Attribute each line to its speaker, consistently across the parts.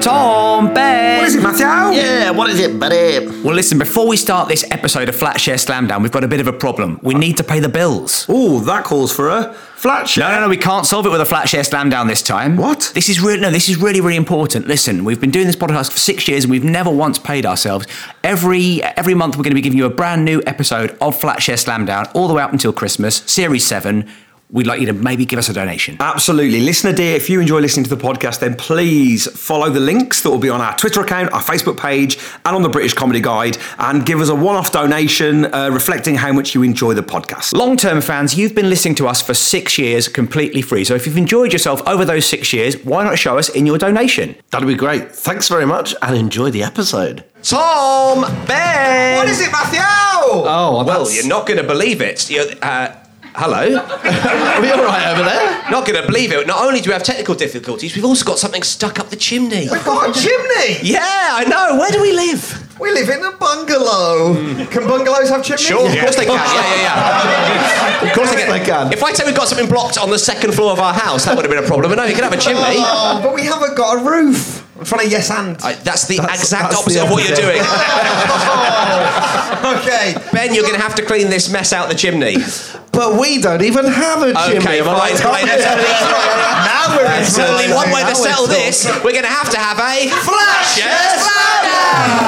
Speaker 1: Tom Bear.
Speaker 2: What is it, Matthew?
Speaker 3: Yeah, what is it, buddy?
Speaker 1: Well, listen, before we start this episode of Flatshare Slamdown, we've got a bit of a problem. We need to pay the bills.
Speaker 2: Oh, that calls for a flat share.
Speaker 1: No, no, no, we can't solve it with a Flatshare Slamdown this time.
Speaker 2: What?
Speaker 1: This is really, no, this is really, really important. Listen, we've been doing this podcast for six years and we've never once paid ourselves. Every every month, we're going to be giving you a brand new episode of Flatshare Slamdown, all the way up until Christmas, Series 7. We'd like you to maybe give us a donation.
Speaker 2: Absolutely. Listener dear, if you enjoy listening to the podcast, then please follow the links that will be on our Twitter account, our Facebook page, and on the British Comedy Guide, and give us a one off donation uh, reflecting how much you enjoy the podcast.
Speaker 1: Long term fans, you've been listening to us for six years completely free. So if you've enjoyed yourself over those six years, why not show us in your donation?
Speaker 3: That'll be great. Thanks very much and enjoy the episode.
Speaker 1: Tom Ben!
Speaker 2: What is it, Matthew? Oh.
Speaker 3: Oh,
Speaker 1: Well, you're not going to believe it. You're, uh, hello?
Speaker 3: Are we all right over there?
Speaker 1: not going to believe it. Not only do we have technical difficulties, we've also got something stuck up the chimney.
Speaker 4: We've got a chimney.
Speaker 1: Yeah, I know. Where do we live?
Speaker 4: We live in a bungalow. Can bungalows have chimneys?
Speaker 1: Hmm. Sure, of course they can. Yeah, yeah, yeah. of course they can.
Speaker 4: They can.
Speaker 1: If I'd said we've got something blocked on the second floor of our house, that would have been a problem. But no, you can have a chimney.
Speaker 4: Oh, but we haven't got a roof. In front of yes and.
Speaker 1: I- that's the exact
Speaker 4: that's
Speaker 1: opposite
Speaker 4: the
Speaker 1: of what you're doing.
Speaker 4: Oh, okay.
Speaker 1: Ben, you're going to have to clean this mess out the chimney.
Speaker 4: But we don't even have a
Speaker 1: Okay, fine. fine. There's only,
Speaker 4: Now we're
Speaker 1: there's only one way to
Speaker 4: Now we're
Speaker 1: settle
Speaker 4: talking.
Speaker 1: this. We're going to have to have a
Speaker 4: Flash
Speaker 1: Yes.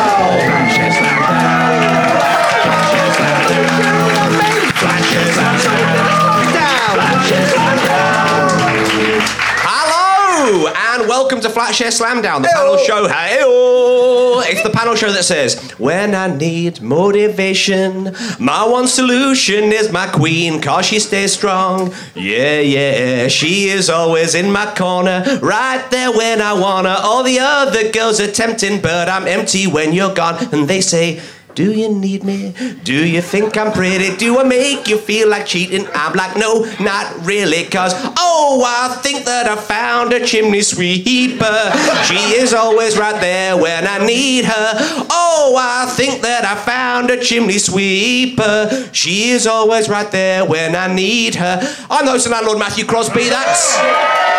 Speaker 1: Hello and welcome to Flatshare Slamdown, the panel show. Hey, it's the panel show that says, When I need motivation, my one solution is my queen, cause she stays strong. Yeah, yeah, she is always in my corner, right there when I wanna. All the other girls are tempting, but I'm empty when you're gone, and they say, do you need me? Do you think I'm pretty? Do I make you feel like cheating? I'm like, no, not really, cause oh, I think that I found a chimney sweeper. She is always right there when I need her. Oh, I think that I found a chimney sweeper. She is always right there when I need her. I'm the host and landlord Matthew Crosby. That's.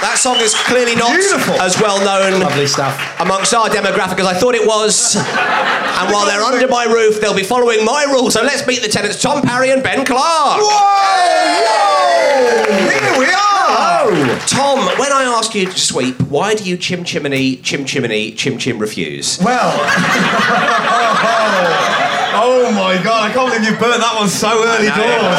Speaker 1: That song is clearly not
Speaker 4: Beautiful.
Speaker 1: as well known
Speaker 4: Lovely stuff.
Speaker 1: amongst our demographic as I thought it was. And while they're under my roof, they'll be following my rules. So let's meet the tenants, Tom Parry and Ben Clark.
Speaker 4: Here we are.
Speaker 1: Tom, when I ask you to sweep, why do you chim chimney, chim chimney, chim chim refuse?
Speaker 4: Well. oh my god, I can't believe you burnt that one so early doors.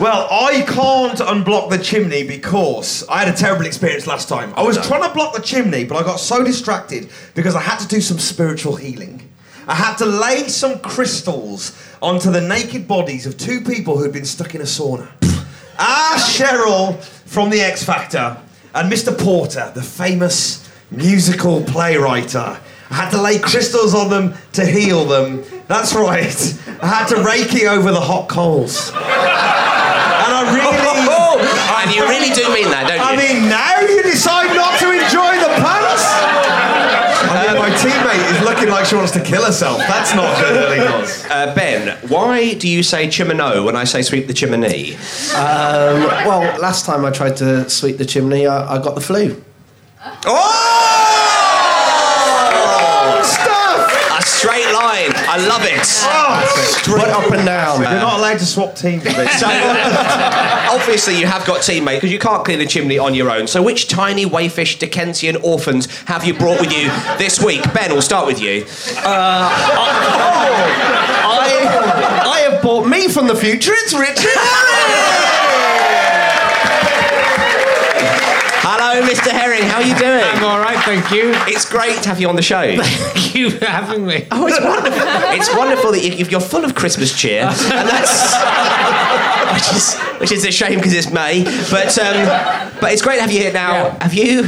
Speaker 4: well, I can't unblock the chimney because I had a terrible experience last time. I was trying to block the chimney, but I got so distracted because I had to do some spiritual healing. I had to lay some crystals onto the naked bodies of two people who'd been stuck in a sauna. Ah, Cheryl from The X Factor and Mr. Porter, the famous musical playwright. I had to lay crystals on them to heal them. That's right. I had to Reiki over the hot coals. And I really.
Speaker 1: Oh, and you really do mean that, don't you?
Speaker 4: I mean, now you decide not to enjoy the pants? I mean, Oh, my teammate is looking like she wants to kill herself. That's not good, Ellie Goss.
Speaker 1: uh, ben, why do you say chimino when I say sweep the chimney?
Speaker 3: Um, well, last time I tried to sweep the chimney, I, I got the flu.
Speaker 1: Oh!
Speaker 4: Stuff!
Speaker 1: A straight line. I love it.
Speaker 3: Straight up and down,
Speaker 4: Oh, You're
Speaker 3: man.
Speaker 4: not allowed to swap teams, mate.
Speaker 1: So, obviously, you have got teammates because you can't clean a chimney on your own. So, which tiny wayfish Dickensian orphans have you brought with you this week? Ben, we'll start with you.
Speaker 3: I, I have bought me from the future. It's Richard.
Speaker 1: Hello, Mr. Herring. How are you
Speaker 5: I'm
Speaker 1: doing?
Speaker 5: all right, thank you.
Speaker 1: It's great to have you on the show.
Speaker 5: Thank you for having me.
Speaker 1: Oh, it's wonderful. It's wonderful that you, you're full of Christmas cheer, and that's which is which is a shame because it's May. But um, but it's great to have you here now.
Speaker 5: Yeah.
Speaker 1: Have you?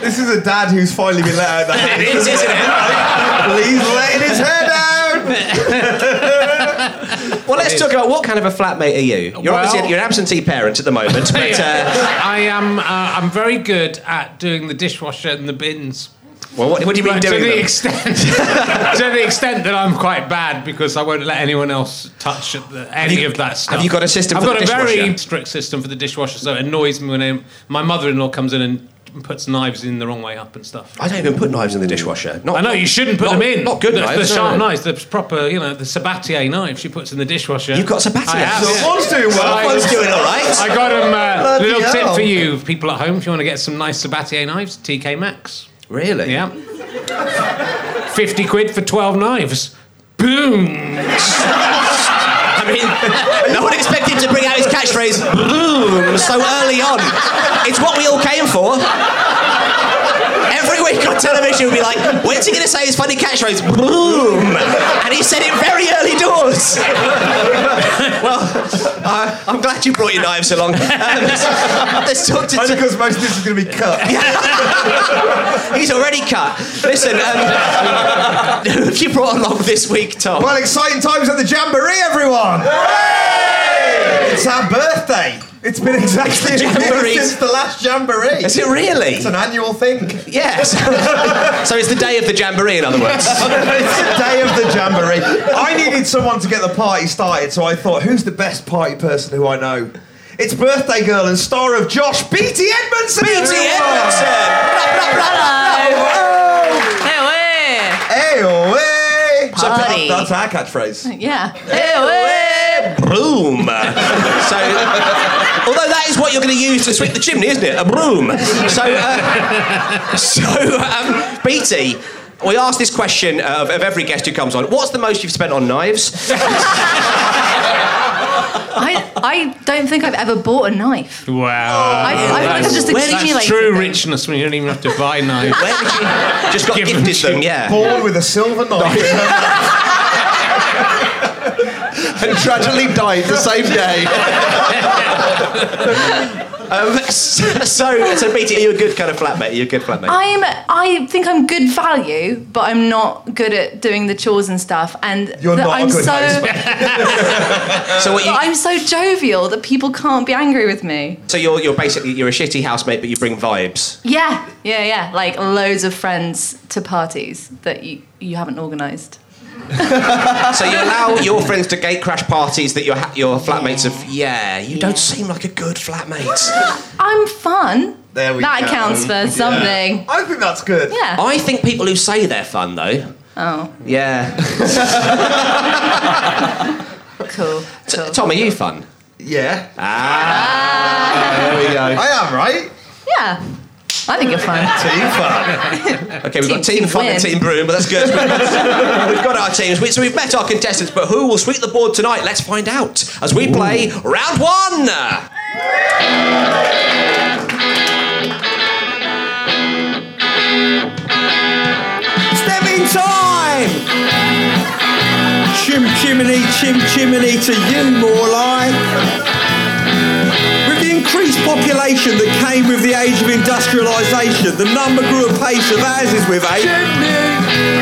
Speaker 4: This is a dad who's finally been let out of the house.
Speaker 1: It is, isn't it?
Speaker 4: Please letting his hair down.
Speaker 1: Well, let's talk about what kind of a flatmate are you? You're obviously
Speaker 5: Well-
Speaker 1: you're an absentee parent at the moment, but uh,
Speaker 5: I am. Uh, I'm very good at doing the dishwasher and the bins.
Speaker 1: Well, what, what do you mean
Speaker 5: Right, to
Speaker 1: doing
Speaker 5: the
Speaker 1: them?
Speaker 5: extent to the extent that I'm quite bad because I won't let anyone else touch at the, any
Speaker 1: you-
Speaker 5: of that stuff.
Speaker 1: have you got a system
Speaker 5: I've
Speaker 1: for
Speaker 5: got
Speaker 1: the
Speaker 5: a very
Speaker 1: dishwasher?
Speaker 5: strict system for the dishwasher, so it annoys me when I, my mother-in-law comes in and puts knives in the wrong way up and stuff.
Speaker 1: I don't even put knives in the dishwasher. Not,
Speaker 5: I know you shouldn't put
Speaker 1: not-
Speaker 5: them in.
Speaker 1: Not good
Speaker 5: the,
Speaker 1: knives.
Speaker 5: The
Speaker 1: no,
Speaker 5: sharp
Speaker 1: no.
Speaker 5: knives, the proper, you know, the Sabatier knife she puts in the dishwasher.
Speaker 1: You've got Sabatier?
Speaker 5: I have,
Speaker 1: So
Speaker 5: yeah.
Speaker 6: one's doing well,
Speaker 5: I-
Speaker 1: one's doing all right.
Speaker 5: I got him uh, a
Speaker 7: Bloody
Speaker 5: little tip
Speaker 7: hell.
Speaker 5: for you, people at home. If you want to get some nice Sabatier knives, TK Maxx.
Speaker 1: Really?
Speaker 5: Yeah. 50 quid for 12 knives. Boom!
Speaker 1: I mean, no one expected him to bring out his catchphrase "boom" so early on. It's what we all came for. Every week on television, we'd be like, "When's he going to say his funny catchphrase boom?" And he said it very early doors. well, uh, I'm glad you brought your knives along. Um, let's talk to.
Speaker 6: Only because most of this is going to be cut.
Speaker 1: He's already cut. Listen, um, who have you brought along this week, Tom?
Speaker 6: Well, exciting times at the Jamboree, everyone! It's our birthday. It's been exactly a year
Speaker 1: Jamboree.
Speaker 6: since the last Jamboree.
Speaker 1: Is it really?
Speaker 6: It's an annual thing.
Speaker 1: Yes. so it's the day of the jamboree, in other words.
Speaker 6: it's the day of the jamboree. I needed someone to get the party started, so I thought, who's the best party person who I know? It's birthday girl and star of Josh BT Edmondson.
Speaker 1: Beauty Edmondson.
Speaker 8: Hey,
Speaker 6: Hey, oh, hey. So
Speaker 8: Party.
Speaker 6: That's our catchphrase.
Speaker 8: wait. Yeah. Hey,
Speaker 1: Broom. So, although that is what you're going to use to sweep the chimney, isn't it? A broom. So, uh, so um, BT. We ask this question of, of every guest who comes on. What's the most you've spent on knives?
Speaker 8: I, I don't think I've ever bought a knife.
Speaker 5: Wow.
Speaker 8: I- I feel like I've just
Speaker 5: That's
Speaker 8: accumulated
Speaker 5: true
Speaker 8: them.
Speaker 5: richness when you don't even have to buy knives.
Speaker 1: Where did you just got
Speaker 5: Give them
Speaker 1: gifted
Speaker 5: to-
Speaker 1: them? Yeah,
Speaker 6: Born with a silver knife.
Speaker 1: and tragically died the same day. um, so, so BT, are you a good kind of flatmate? You're a good flatmate.
Speaker 8: I'm, I think I'm good value, but I'm not good at doing the chores and stuff. And
Speaker 6: You're
Speaker 8: that
Speaker 6: not a
Speaker 8: I'm
Speaker 6: good
Speaker 8: so,
Speaker 6: husband.
Speaker 1: so what
Speaker 8: but
Speaker 1: you,
Speaker 8: I'm so jovial that people can't be angry with me.
Speaker 1: So you're you're basically you're a shitty housemate, but you bring vibes.
Speaker 8: Yeah, yeah, yeah. Like loads of friends to parties that you, you haven't organised.
Speaker 1: So you allow your friends to gate crash parties that your ha- your flatmates have. Yeah, you don't seem like a good flatmate.
Speaker 8: I'm fun.
Speaker 6: There we
Speaker 8: that
Speaker 6: go.
Speaker 8: accounts for something.
Speaker 6: I think that's good.
Speaker 8: Yeah.
Speaker 1: I think people who say they're fun though.
Speaker 8: Oh,
Speaker 1: Yeah.
Speaker 8: cool.
Speaker 1: T-
Speaker 8: cool.
Speaker 1: Tom, are you fun?
Speaker 6: Yeah.
Speaker 1: Ah,
Speaker 7: There we go.
Speaker 6: I am, right?
Speaker 8: Yeah. I think you're fun.
Speaker 6: Team fun.
Speaker 1: Okay, we've got
Speaker 8: Team-
Speaker 1: team
Speaker 8: team
Speaker 1: fun and
Speaker 8: win.
Speaker 1: team broom, but that's good. we've got our teams, We- so we've met our contestants, but who will sweep the board tonight? Let's find out as we play round one.
Speaker 4: Stepping time! Chim chimney, chim chimney to you, more like. With the increased population that came with the age of industrialisation, the number grew apace of ours is with eight.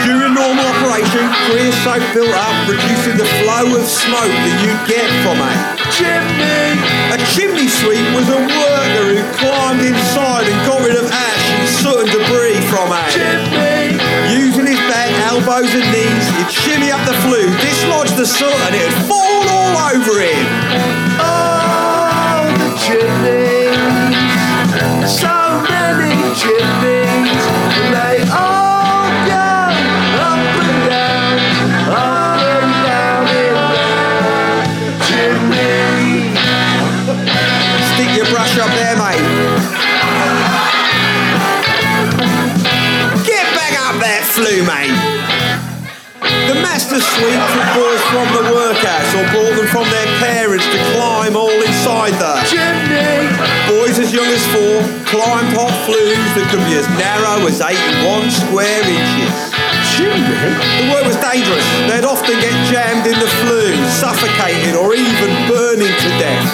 Speaker 4: During normal operation, creosote built up, reducing the flow of smoke that you get from a chimney. A chimney sweep was a worker who climbed inside and got rid of ash and soot and debris from a chimney. Using his back, elbows and knees, he'd shimmy up the flue, dislodge the soot, and it'd fall all over him. Oh, the chimneys. So many chimneys, and they all go up and down, up and down and round. Chimneys. Stick your brush up there, mate. Get back up there, flue, mate. The master sweep took boys from the workhouse or brought them from their parents to climb all inside the chimney. Boys as young as four climbed hot flues that could be as narrow as 81 square inches. Chimney? The work was dangerous. They'd often get jammed in the flue, suffocating or even burning to death.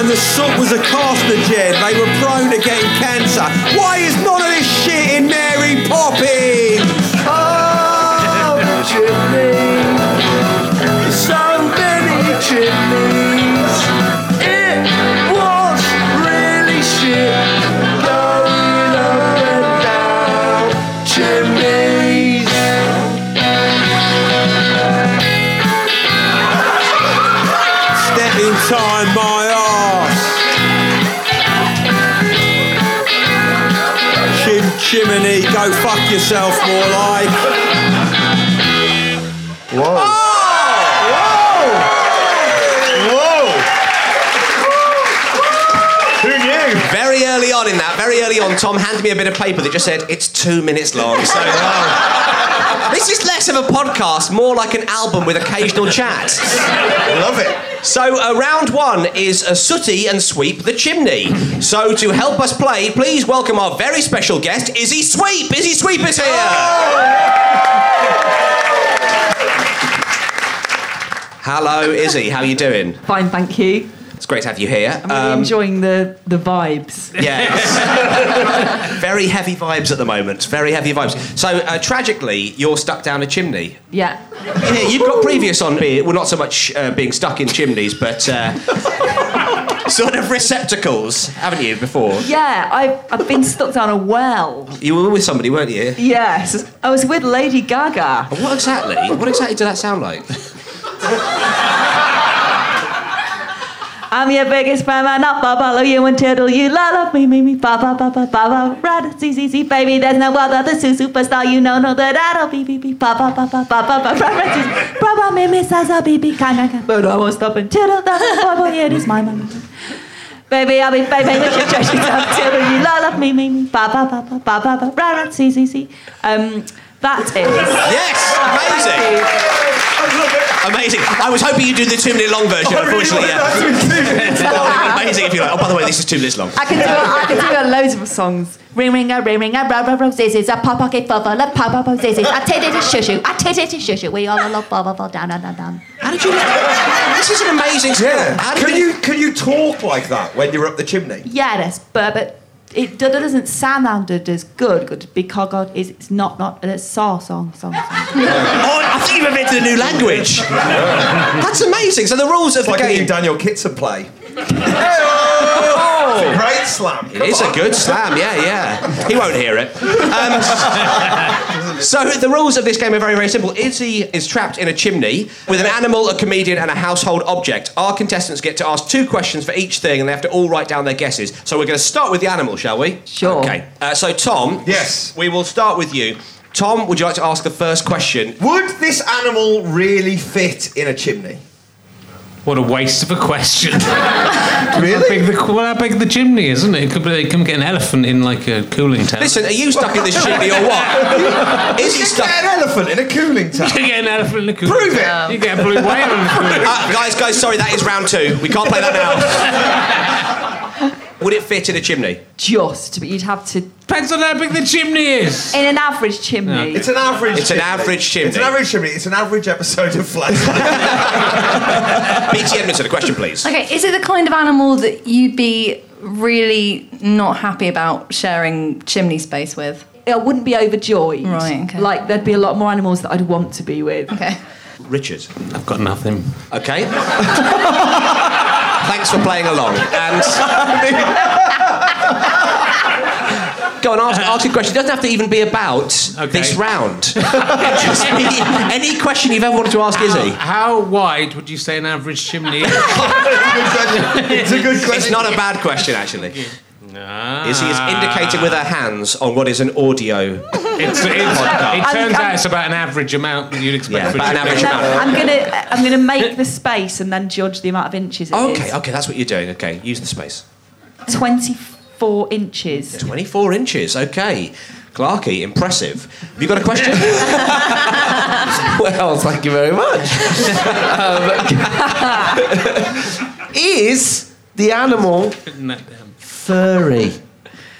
Speaker 4: And the soot was a carcinogen. They were prone to getting cancer. Why is none of this shit in Mary Poppins? Oh, the chimney. So many chimneys. It was really shit. Going up and down.
Speaker 2: chimney, go fuck yourself more like.
Speaker 3: Whoa.
Speaker 4: Whoa! Who knew?
Speaker 1: Very early on in that, very early on, Tom handed me a bit of paper that just said, it's two minutes long. So, this is less of a podcast, more like an album with occasional chats.
Speaker 4: Love it.
Speaker 1: So, uh, round one is a sooty and sweep the chimney. So, to help us play, please welcome our very special guest, Izzy Sweep. Izzy Sweep is here.
Speaker 9: Oh!
Speaker 1: Hello, Izzy. How you doing?
Speaker 9: Fine, thank you.
Speaker 1: It's great to have you here. Um,
Speaker 9: I'm really enjoying the, the vibes.
Speaker 1: Yes. Very heavy vibes at the moment. Very heavy vibes. So uh, tragically, you're stuck down a chimney.
Speaker 9: Yeah.
Speaker 1: Yeah, you've got previous on being well, not so much uh, being stuck in chimneys, but uh, sort of receptacles, haven't you? Before
Speaker 9: Yeah, I've, I've been stuck down a well.
Speaker 1: you were with somebody, weren't you?
Speaker 9: Yes. I was with Lady Gaga.
Speaker 1: What exactly? What exactly did that sound like?
Speaker 9: I'm your biggest fan, man. I'll follow you and tiddle you. La love me, me, me, ba ba ba ba ba ba. Rad, see, see, see, baby. There's no other. The su superstar, you know, no, that I'll be, be, be, ba ba ba ba ba ba ba. Rad, see, see, ba ba me, me, sa sa, be, be, can, can, can. But I won't stop and tiddle that boy, boy. It is my moment. Baby, I'll be baby, you should change it up till you la love me, me, me, ba ba ba ba ba ba ba, ra ra, see, see, see. Um, that is
Speaker 1: yes, amazing. Amazing. I was hoping you'd do the two minute long version,
Speaker 4: Oh,
Speaker 1: unfortunately. yeah. That would be amazing if you're like, oh, by the way, this is two minutes long.
Speaker 9: I can do I can do loads of songs.
Speaker 10: Ring ring a ring ring a rub rub zizzies a pop pocket bubble a pop pop zizzies a tit it a shushu a tit it a shushu we all a love bubble bubble down down down down.
Speaker 1: How did you? This is an amazing skill. How did
Speaker 4: Can you can you talk like that when you're up the chimney?
Speaker 9: Yeah, that's but but it do- doesn't sound as good good because God is it's not not it's saw song song. song.
Speaker 1: Oh, I think you've invented a new language. That's amazing. So the rules of
Speaker 4: It's like
Speaker 1: the
Speaker 4: a new
Speaker 1: game.
Speaker 4: Daniel Kitson play. Hey-oh! It's a Great slam. Come
Speaker 1: It's a
Speaker 4: on.
Speaker 1: good slam, yeah, yeah. He won't hear it. Um, so the rules of this game are very, very simple. Izzy is trapped in a chimney with an animal, a comedian, and a household object. Our contestants get to ask two questions for each thing, and they have to all write down their guesses. So we're going to start with the animal, shall we?
Speaker 9: Sure.
Speaker 1: Okay. Uh, so Tom.
Speaker 4: Yes.
Speaker 1: We will start with you. Tom, would you like to ask the first question?
Speaker 4: Would this animal really fit in a chimney?
Speaker 5: What a waste of a question.
Speaker 4: Really?
Speaker 5: how, big the, well, how big the chimney is, isn't it? It could, be, it can get an elephant in like a cooling tower.
Speaker 1: Listen, are you stuck in this chimney or what? Is he
Speaker 4: You
Speaker 1: stuck?
Speaker 4: get an elephant in a cooling tank.
Speaker 5: You get an elephant in a cooling
Speaker 4: Prove it.
Speaker 5: tower. You get a blue whale in a cooling tower.
Speaker 1: Uh, guys, guys, sorry, that is round two. We can't play that now. Would it fit in a chimney?
Speaker 9: Just but you'd have to in
Speaker 5: Depends on how big the chimney is.
Speaker 9: an average chimney.
Speaker 4: It's an average.
Speaker 1: It's an average chimney.
Speaker 4: It's an average chimney. It's an average episode of Flash.
Speaker 1: BT Edmondson, a question, please.
Speaker 8: Okay, is it the kind of animal that you'd be really not happy about sharing chimney space with?
Speaker 9: I wouldn't be overjoyed.
Speaker 8: Right, okay.
Speaker 9: Like there'd be a lot more animals that I'd want to be with.
Speaker 8: Okay.
Speaker 1: Richard.
Speaker 5: I've got nothing.
Speaker 1: Okay. Thanks for playing along. And. Go on, ask, ask your question. It doesn't have to even be about
Speaker 5: Okay.
Speaker 1: this round. Just be any question you've ever wanted to ask Izzy.
Speaker 5: How wide would you say an average chimney is?
Speaker 4: it's a good
Speaker 1: It's
Speaker 4: question.
Speaker 1: not a bad question, actually.
Speaker 5: Ah.
Speaker 1: Izzy is indicating with her hands on what is an audio
Speaker 5: It's, it's, it turns out it's about an average amount that you'd expect
Speaker 1: Yeah,
Speaker 5: for
Speaker 1: about
Speaker 5: a
Speaker 1: an
Speaker 5: chimney.
Speaker 1: average
Speaker 9: No,
Speaker 1: amount.
Speaker 9: I'm gonna I'm gonna make the space and then judge the amount of inches. it is.
Speaker 1: Okay, okay, that's what you're doing. Okay, use the space.
Speaker 9: Twenty-four inches.
Speaker 1: 24 inches, okay. Clarky, impressive. Have you got a question? well, thank you very much.
Speaker 3: Is the animal furry?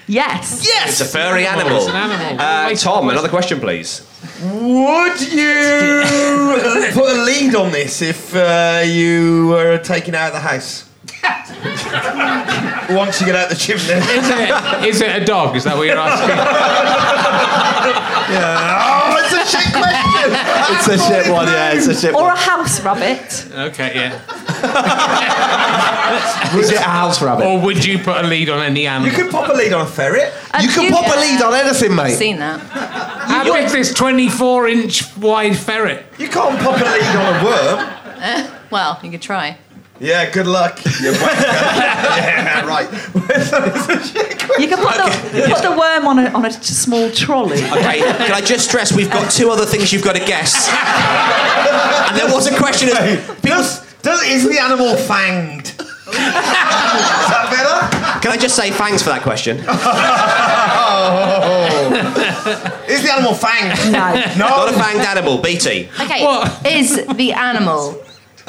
Speaker 9: Yes.
Speaker 1: It's a furry animal.
Speaker 5: It's an animal.
Speaker 1: Uh, Tom, another question, please.
Speaker 4: Would you put a lead on this if uh, you were taken out of the house? Once you get out the chimney.
Speaker 5: Is it, is it a dog? Is that what you're asking?
Speaker 4: Oh, it's a shit question.
Speaker 3: It's a shit one, yeah, it's a shit
Speaker 9: Or a house rabbit.
Speaker 5: Okay, yeah.
Speaker 3: Is it a house rabbit?
Speaker 5: Or would you put a lead on any
Speaker 4: You
Speaker 5: animal?
Speaker 4: could pop a lead on a ferret.
Speaker 3: You can pop a lead on anything,
Speaker 8: I've
Speaker 3: mate.
Speaker 8: seen that.
Speaker 5: How big is this 24 inch wide ferret?
Speaker 4: You can't pop a lead on a worm.
Speaker 8: Well, you could try.
Speaker 4: Yeah, good luck. You wanker. yeah, right.
Speaker 9: You can put, the, put the worm on a, on a small trolley.
Speaker 1: Okay, can I just stress we've got two other things you've got to guess. and there was a question of
Speaker 4: does, does, is the animal fanged? is that better?
Speaker 1: Can I just say thanks for that question?
Speaker 4: Oh. Is the animal fanged?
Speaker 9: No.
Speaker 1: Not a fanged animal, BT.
Speaker 8: Okay, is the animal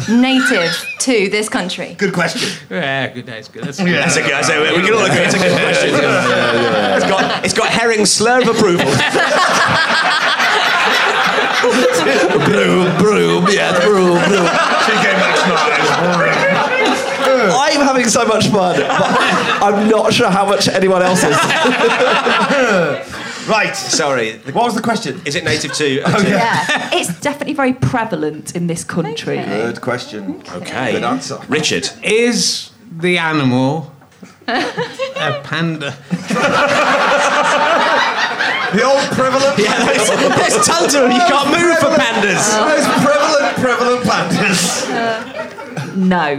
Speaker 8: native to this country?
Speaker 4: Good question.
Speaker 5: Yeah, good. That's good. That's
Speaker 4: Yeah.
Speaker 1: That's a good, that's a, we can all agree it's a good question. It's got, it's got herring slur of approval. broom, broom, yeah, broom, broom.
Speaker 4: TK Maxx not
Speaker 3: I'm having so much fun, but I'm not sure how much anyone else is.
Speaker 4: Right.
Speaker 1: Sorry, the-
Speaker 4: What was the question?
Speaker 1: is it native to?
Speaker 9: Yeah. It's definitely very prevalent in this country.
Speaker 4: Good question.
Speaker 1: Okay.
Speaker 4: Good answer.
Speaker 1: Richard.
Speaker 5: Is the animal a panda?
Speaker 4: The old prevalent.
Speaker 1: Yeah, there's, there's tons of them. You can't move for pandas.
Speaker 4: Those prevalent, prevalent planters.
Speaker 9: No.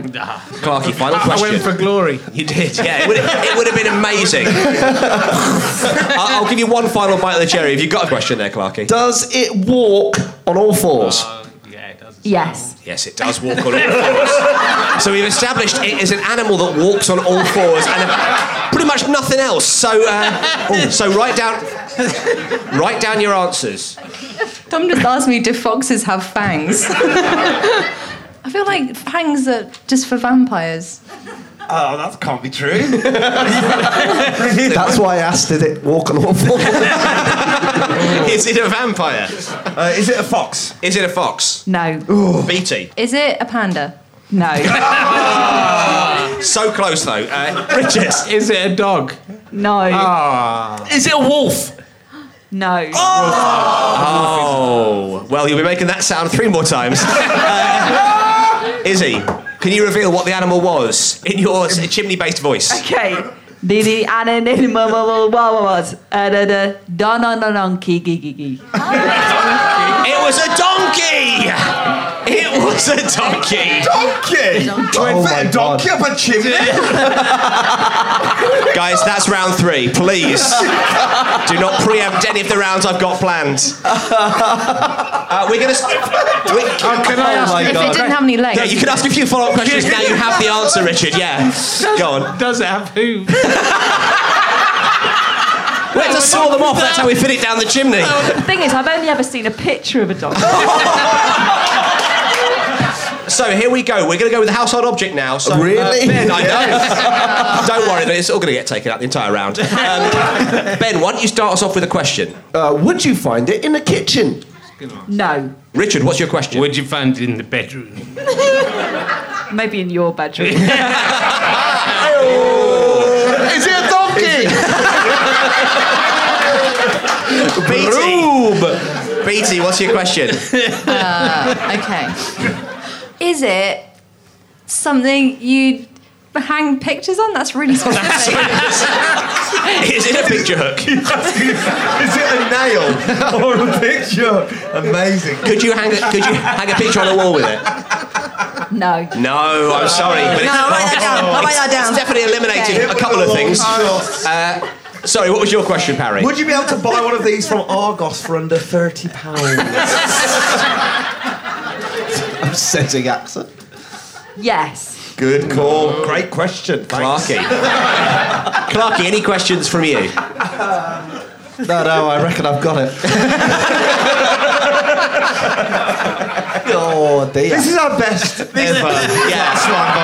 Speaker 1: Clarky, final
Speaker 5: I
Speaker 1: question.
Speaker 5: went for glory.
Speaker 1: You did, yeah. It would, it would have been amazing. I'll, I'll give you one final bite of the cherry. Have you got a question there, Clarky?
Speaker 3: Does it walk on all fours?
Speaker 5: Yeah, it does.
Speaker 9: Yes.
Speaker 1: Yes, it does walk on all fours. So we've established it is an animal that walks on all fours and uh, pretty much nothing else. So, uh, oh, so write down, write down your answers.
Speaker 8: Tom just asked me, do foxes have fangs? I feel like fangs are just for vampires.
Speaker 4: Oh, that can't be true.
Speaker 3: That's why I asked, did it walk on all fours?
Speaker 1: Is it a vampire?
Speaker 4: Uh, is it a fox?
Speaker 1: Is it a fox?
Speaker 9: No.
Speaker 1: BT.
Speaker 8: Is it a panda?
Speaker 9: No.
Speaker 1: So close though. Uh, Richard.
Speaker 5: Is it a dog?
Speaker 9: No.
Speaker 1: Ah. Is it a wolf?
Speaker 9: No.
Speaker 1: Oh, well, you'll be making that sound three more times. Uh, Izzy, can you reveal what the animal was in your s- chimney-based voice?
Speaker 9: Okay. Didi anonymous was uh, da da da no no no gigi gigi.
Speaker 8: Oh
Speaker 1: It was a donkey. It was a donkey.
Speaker 4: Donkey!
Speaker 3: Oh
Speaker 4: I
Speaker 3: my
Speaker 4: bet a donkey
Speaker 3: God.
Speaker 4: up a chimney.
Speaker 1: Guys, that's round three. Please do not preempt any of the rounds I've got planned. Uh, we're gonna. St- we-
Speaker 5: Can I ask
Speaker 3: my
Speaker 5: you-
Speaker 8: If it didn't have any legs.
Speaker 1: Oh yeah, you can ask a few follow-up questions now. You have the answer, Richard. Yeah, go on.
Speaker 5: Does it have hooves?
Speaker 1: We had to saw them off. That's how we fit it down the chimney.
Speaker 9: The Oh. thing is, I've only ever seen a picture of a dog.
Speaker 1: So here we go. We're going to go with the household object now. So,
Speaker 3: Really?
Speaker 1: Uh, ben, I know. Don't worry, it's all going to get taken out the entire round. Um, ben, why don't you start us off with a question?
Speaker 3: Uh, would you find it in the kitchen?
Speaker 9: No.
Speaker 1: Richard, what's your question?
Speaker 5: Would you find it in the bedroom?
Speaker 9: Maybe in your bedroom.
Speaker 3: Is it a donkey?
Speaker 1: BT. BT, what's your question?
Speaker 8: Okay. Is it something you hang pictures on? That's really specific.
Speaker 1: Is it a picture hook?
Speaker 4: is it a nail or a picture? Amazing.
Speaker 1: Could you hang a, could you hang a picture on a wall with it?
Speaker 9: No.
Speaker 1: No, I'm sorry. But
Speaker 8: No, I'll write that down. I'll write that
Speaker 1: it's-
Speaker 8: down.
Speaker 1: It's definitely eliminating a couple of things. Sorry, what was your question, Parry?
Speaker 4: Would you be able to buy one of these from Argos for under thirty pounds?
Speaker 3: Upsetting accent.
Speaker 9: Yes.
Speaker 4: Good call. Great question. Thanks.
Speaker 1: Clarky. Clarky, any questions from you?
Speaker 3: No, no, I reckon I've got it. oh dear.
Speaker 4: This is our best ever.
Speaker 1: Yeah.
Speaker 4: by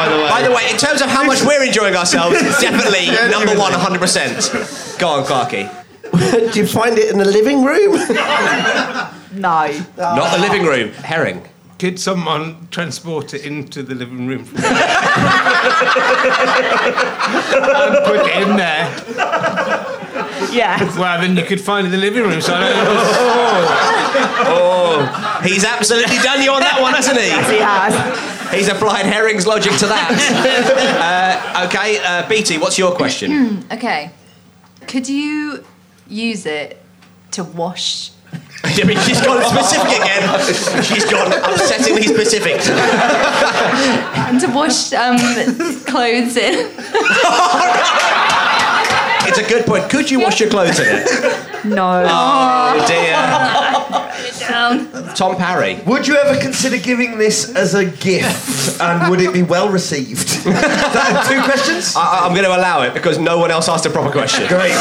Speaker 4: the way.
Speaker 1: By the way, in terms of how much we're enjoying ourselves, it's definitely number one, 100%. Go on, Clarky.
Speaker 3: Do you find it in the living room?
Speaker 9: No.
Speaker 1: Not the living room, herring.
Speaker 5: Could someone transport it into the living room for me? and put it in there?
Speaker 9: Yes.
Speaker 5: Well, then you could find it in the living room. So I don't know.
Speaker 1: He's absolutely done you on that one, hasn't he?
Speaker 9: He has.
Speaker 1: He's applied herring's logic to that. Uh, okay, uh, Beatty, what's your question?
Speaker 8: Okay. Could you use it to wash
Speaker 1: I mean, she's gone specific again. She's gone upsettingly specific.
Speaker 8: And to wash um, clothes in.
Speaker 1: It's a good point. Could you wash your clothes in it?
Speaker 8: No.
Speaker 1: Oh dear.
Speaker 8: Um,
Speaker 1: Tom Parry.
Speaker 4: Would you ever consider giving this as a gift, and would it be well received? Is that two questions.
Speaker 1: I, I- I'm going to allow it because no one else asked a proper question.
Speaker 4: Great.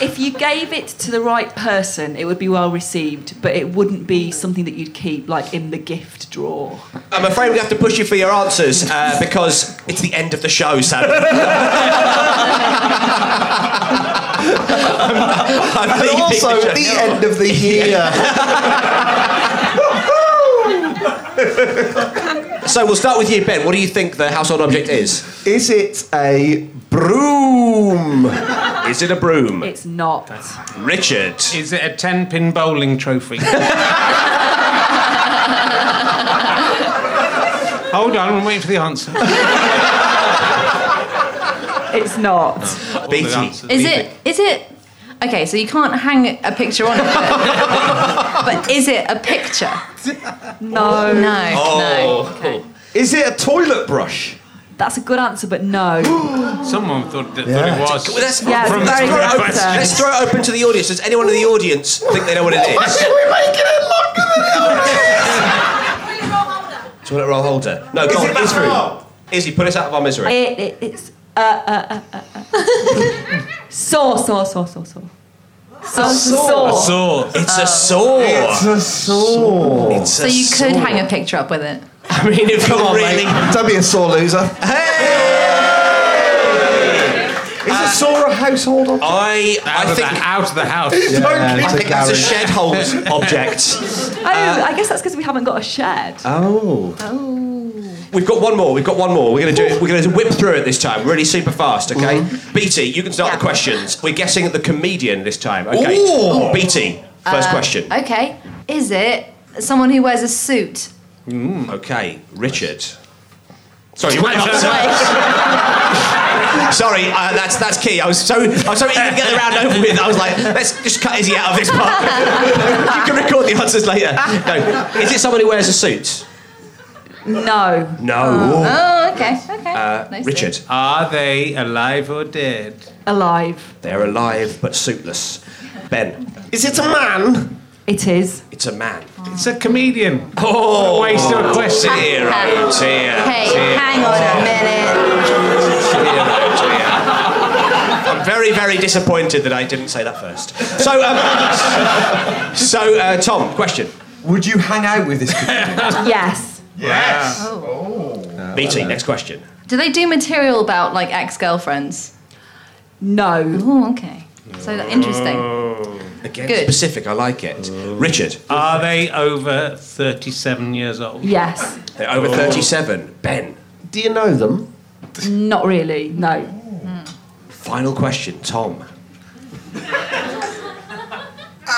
Speaker 9: If you gave it to the right person, it would be well received, but it wouldn't be something that you'd keep like in the gift drawer.
Speaker 1: I'm afraid we have to push you for your answers uh, because it's the end of the show, sadly. I'm, I'm
Speaker 3: And
Speaker 1: leaving
Speaker 3: also,
Speaker 1: the
Speaker 3: the
Speaker 1: show.
Speaker 3: end of the year.
Speaker 1: so we'll start with you, Ben. What do you think the household object is?
Speaker 3: Is it a broom?
Speaker 1: Is it a broom?
Speaker 9: It's not.
Speaker 1: Richard.
Speaker 5: Is it a 10 pin bowling trophy? Hold on, I'm waiting for the answer.
Speaker 9: It's not.
Speaker 5: All the
Speaker 1: Beatty.
Speaker 5: answers.
Speaker 8: is
Speaker 5: Beatty.
Speaker 8: it? Is it? Okay, so you can't hang a picture on it, but, but is it a picture?
Speaker 9: No.
Speaker 8: No, no. Okay.
Speaker 4: Is it a toilet brush?
Speaker 9: That's a good answer, but no.
Speaker 5: Someone thought, th-
Speaker 3: Yeah.
Speaker 5: thought it was.
Speaker 1: Well, that's
Speaker 9: Yeah,
Speaker 5: From
Speaker 9: very
Speaker 5: the
Speaker 9: good
Speaker 5: top.
Speaker 9: answer.
Speaker 1: Let's throw it open to the audience. Does anyone in the audience think they know what it is? We're making it longer than it is. Toilet roll holder. No, come
Speaker 4: it
Speaker 1: on,
Speaker 4: back
Speaker 1: Izru.
Speaker 4: roll?
Speaker 1: Izzy, put us out of our misery.
Speaker 9: It, it, it's uh,
Speaker 11: Saw, saw, saw, saw, saw.
Speaker 9: a
Speaker 5: A
Speaker 9: saw.
Speaker 5: saw.
Speaker 1: It's a saw.
Speaker 4: It's a saw.
Speaker 1: It's
Speaker 8: So
Speaker 1: a
Speaker 8: you could
Speaker 1: saw.
Speaker 8: hang a picture up with it.
Speaker 1: I mean, if you really.
Speaker 3: Don't be a sore loser.
Speaker 4: Is a saw a household object?
Speaker 1: I,
Speaker 5: Out,
Speaker 1: I
Speaker 5: of
Speaker 1: think,
Speaker 5: the, out of the house.
Speaker 3: Yeah,
Speaker 1: I
Speaker 3: it's
Speaker 1: think that's a shed hold object.
Speaker 9: Oh,
Speaker 1: uh,
Speaker 9: I guess that's because we haven't got a shed.
Speaker 1: Oh. We've got one more. We've got one more. We're going to do it. We're going to whip through it this time, really super fast. Okay, BT, you can start the questions. We're guessing at the comedian this time. Okay,
Speaker 4: Ooh.
Speaker 1: BT, first question.
Speaker 8: Okay. Is it someone who wears a suit?
Speaker 1: Okay, Richard. Sorry, you went Sorry, uh, that's that's key. I was so I was so eager to get the round over with. I was like, let's just cut Izzy out of this part. you can record the answers later. No, is it someone who wears a suit?
Speaker 9: No.
Speaker 1: No, Uh,
Speaker 8: Oh, okay, okay. Nice.
Speaker 1: Richard.
Speaker 5: Are they alive or dead?
Speaker 9: Alive.
Speaker 1: They're alive but suitless. Ben,
Speaker 3: Is it a man?
Speaker 9: It is.
Speaker 1: it's a man.
Speaker 5: It's a comedian.
Speaker 1: Oh,
Speaker 5: Waste of a question.
Speaker 1: Dear, oh dear.
Speaker 8: Hey,
Speaker 1: dear,
Speaker 8: hang on a minute.
Speaker 1: dear, oh dear. I'm very, very disappointed that I didn't say that first. So, um, so uh, Tom, question.
Speaker 4: Would you hang out with this?
Speaker 9: Yes.
Speaker 4: yes.
Speaker 1: BT, next question.
Speaker 8: Do they do material about like ex-girlfriends?
Speaker 9: No.
Speaker 8: Oh, okay. So interesting.
Speaker 4: Oh.
Speaker 1: Again,
Speaker 8: Good.
Speaker 1: specific. I like it. Richard,
Speaker 5: Are they over 37 years old?
Speaker 9: Yes.
Speaker 1: they're over 37. Ben,
Speaker 3: Do you know them?
Speaker 9: Not really. No.
Speaker 1: final question. Tom,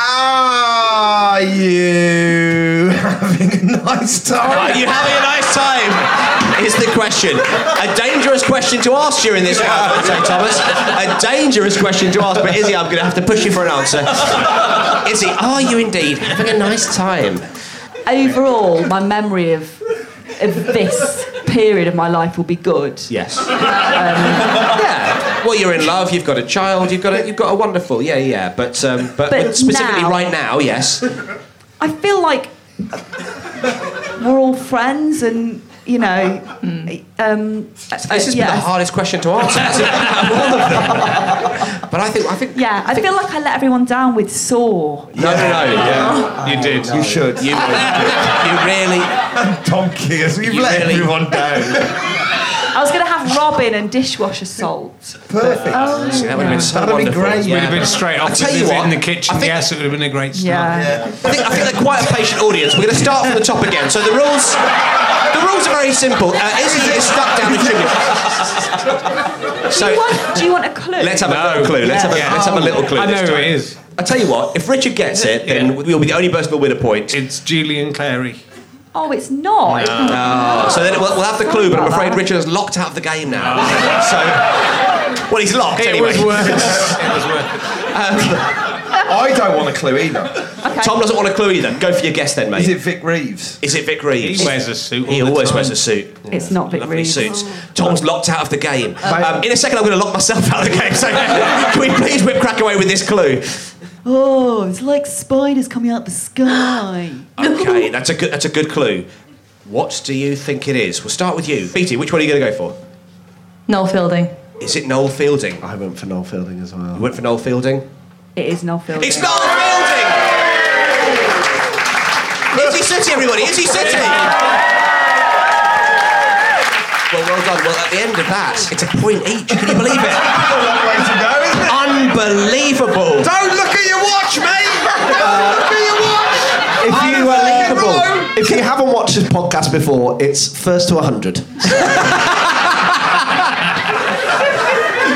Speaker 4: Are you having a nice
Speaker 1: Are
Speaker 4: time?
Speaker 1: you having a nice time? Is the question. A dangerous question to ask during this round, I'd say, Thomas. A dangerous question to ask, but Izzy, I'm going to have to push you for an answer. Izzy, are you indeed having a nice time?
Speaker 9: Overall, my memory of, of this period of my life will be good.
Speaker 1: Yes. Um, yeah. Well, you're in love. You've got a child. You've got a you've got a wonderful. Yeah, yeah. But um, but,
Speaker 9: But
Speaker 1: specifically
Speaker 9: now-
Speaker 1: right now, yes.
Speaker 9: I feel like we're all friends and, you know, um,
Speaker 1: This has been
Speaker 9: yes.
Speaker 1: the hardest question to answer hasn't it, out of all of them. But I think I think.
Speaker 9: yeah, I feel like I let everyone down with saw.
Speaker 1: No, no, no. Oh.
Speaker 5: You did.
Speaker 4: You should.
Speaker 1: You, you really.
Speaker 4: Donkey, as we've
Speaker 1: You
Speaker 4: let
Speaker 1: really-
Speaker 4: everyone down.
Speaker 9: I was going to have Robin and dishwasher salt.
Speaker 4: Perfect.
Speaker 1: See, that would have been so
Speaker 4: That'd be
Speaker 1: wonderful.
Speaker 4: great,
Speaker 5: We'd have been straight off
Speaker 1: tell you
Speaker 5: with it
Speaker 1: what,
Speaker 5: in the kitchen.
Speaker 1: I think-
Speaker 5: yes, it would have been a great start.
Speaker 9: Yeah.
Speaker 1: I think, I think they're quite a patient audience. We're going to start from the top again. So the rules, the rules are very simple. Uh, Izzy is stuck down the chimney.
Speaker 9: Do,
Speaker 1: So
Speaker 9: you want, do you want a clue?
Speaker 1: let's have a little clue. Let's have a, let's have a little clue.
Speaker 5: I know
Speaker 1: this
Speaker 5: who
Speaker 1: time.
Speaker 5: it is.
Speaker 1: I tell you what, if Richard gets it,
Speaker 5: Yeah.
Speaker 1: then we'll be the only person that'll win a point.
Speaker 5: It's Julian Clary.
Speaker 9: oh, it's not.
Speaker 1: So then we'll, we'll have the clue, but I'm
Speaker 9: about
Speaker 1: afraid
Speaker 9: that.
Speaker 1: Richard is locked out of the game now. So, well, he's locked
Speaker 5: Ah. It
Speaker 1: anyway.
Speaker 5: was worse. it was worse.
Speaker 4: I don't want a clue either.
Speaker 1: Tom doesn't want a clue either. Go for your guess then, mate.
Speaker 4: Is it Vic Reeves?
Speaker 1: Is it Vic Reeves?
Speaker 5: He wears a suit all
Speaker 1: He
Speaker 5: the
Speaker 1: always
Speaker 5: time.
Speaker 1: wears a suit.
Speaker 12: It's not Vic
Speaker 1: Lovely
Speaker 12: Reeves.
Speaker 1: suits. Tom's locked out of the game. Um, in a second, I'm going to lock myself out of the game. So can we please whip crack away with this clue?
Speaker 12: Oh, it's like spiders coming out the sky.
Speaker 1: Okay, that's a good that's a good clue. What do you think it is? We'll start with you, Beatty. Which one are you going to go for?
Speaker 8: Noel Fielding.
Speaker 1: Is it Noel Fielding?
Speaker 3: I went for Noel Fielding as well.
Speaker 1: You went for Noel Fielding.
Speaker 12: It is Noel Fielding.
Speaker 1: It's Noel Fielding. Is he City, everybody? Is he City? Well, well done. Well, at the end of that, it's a point each. Can you believe it?
Speaker 4: That's a long way to go, isn't it?
Speaker 1: Unbelievable.
Speaker 4: Don't Oh, look at your watch, mate! Don't look at your watch!
Speaker 3: If you,
Speaker 4: Unbelievable.
Speaker 3: uh, if you haven't watched this podcast before, it's first to 100.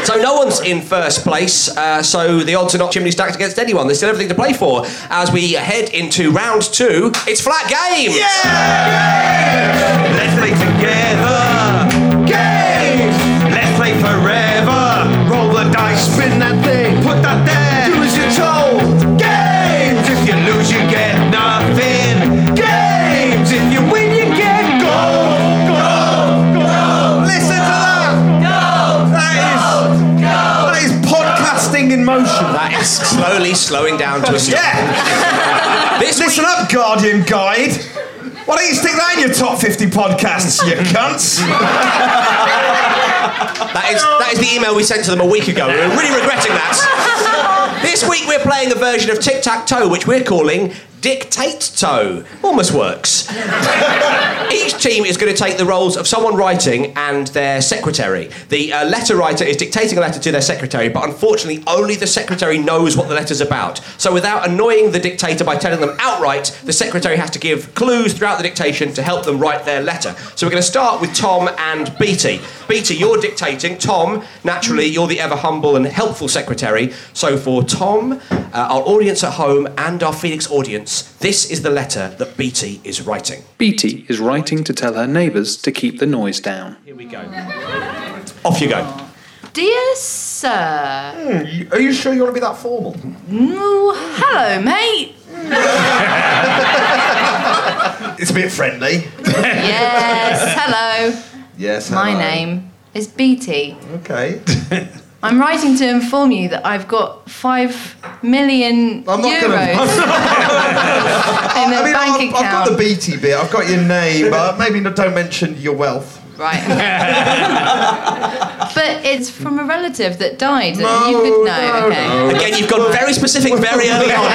Speaker 1: So no one's in first place. Uh, so the odds are not chimney stacked against anyone. There's still everything to play for. As we head into round two, it's flat game.
Speaker 4: Let's play together. Games. Let's play forever. Roll the dice, spin that thing, put that there. Do as you're told. Games. If you lose, you get nothing. Games. If you win, you get gold. Gold. Gold. Listen to that. Gold. That is. Gold. That is podcasting in motion.
Speaker 1: That is slowly slowing down to a stop.
Speaker 4: Yeah.
Speaker 1: This week-
Speaker 4: Listen up, Guardian Guide. Why don't you stick that in your top 50 podcasts, you cunts?
Speaker 1: That is that is the email we sent to them a week ago. We're really regretting that. This week we're playing a version of Tic Tac Toe, which we're calling Dictate Toe. Almost works. Each team is going to take the roles of someone writing and their secretary. The uh, letter writer is dictating a letter to their secretary, but unfortunately, only the secretary knows what the letter's about. So, without annoying the dictator by telling them outright, the secretary has to give clues throughout the dictation to help them write their letter. So, we're going to start with Tom and Beatty. Beatty, you're dictating. Tom, naturally, you're the ever humble and helpful secretary. So, for Tom, uh, our audience at home, and our Phoenix audience, this is the letter that Beatty is writing.
Speaker 6: Beatty is writing to tell her neighbours to keep the noise down.
Speaker 1: Here we go. Off you go.
Speaker 8: Dear sir.
Speaker 4: Are you sure you want to be that formal?
Speaker 8: Ooh, hello, mate.
Speaker 4: It's a bit friendly.
Speaker 8: Yes, hello.
Speaker 4: Yes.
Speaker 8: My
Speaker 4: hello.
Speaker 8: name is Beatty.
Speaker 4: Okay.
Speaker 8: I'm writing to inform you that I've got five million
Speaker 4: I'm not
Speaker 8: euros
Speaker 4: gonna-
Speaker 8: in a
Speaker 4: I mean,
Speaker 8: bank
Speaker 4: I've, I've got
Speaker 8: account.
Speaker 4: the BT bit. I've got your name, but maybe not, don't mention your wealth.
Speaker 8: Right. but it's from a relative that died.
Speaker 4: No,
Speaker 8: you could know.
Speaker 4: no,
Speaker 8: okay.
Speaker 4: no.
Speaker 1: Again, you've gone very specific very early on.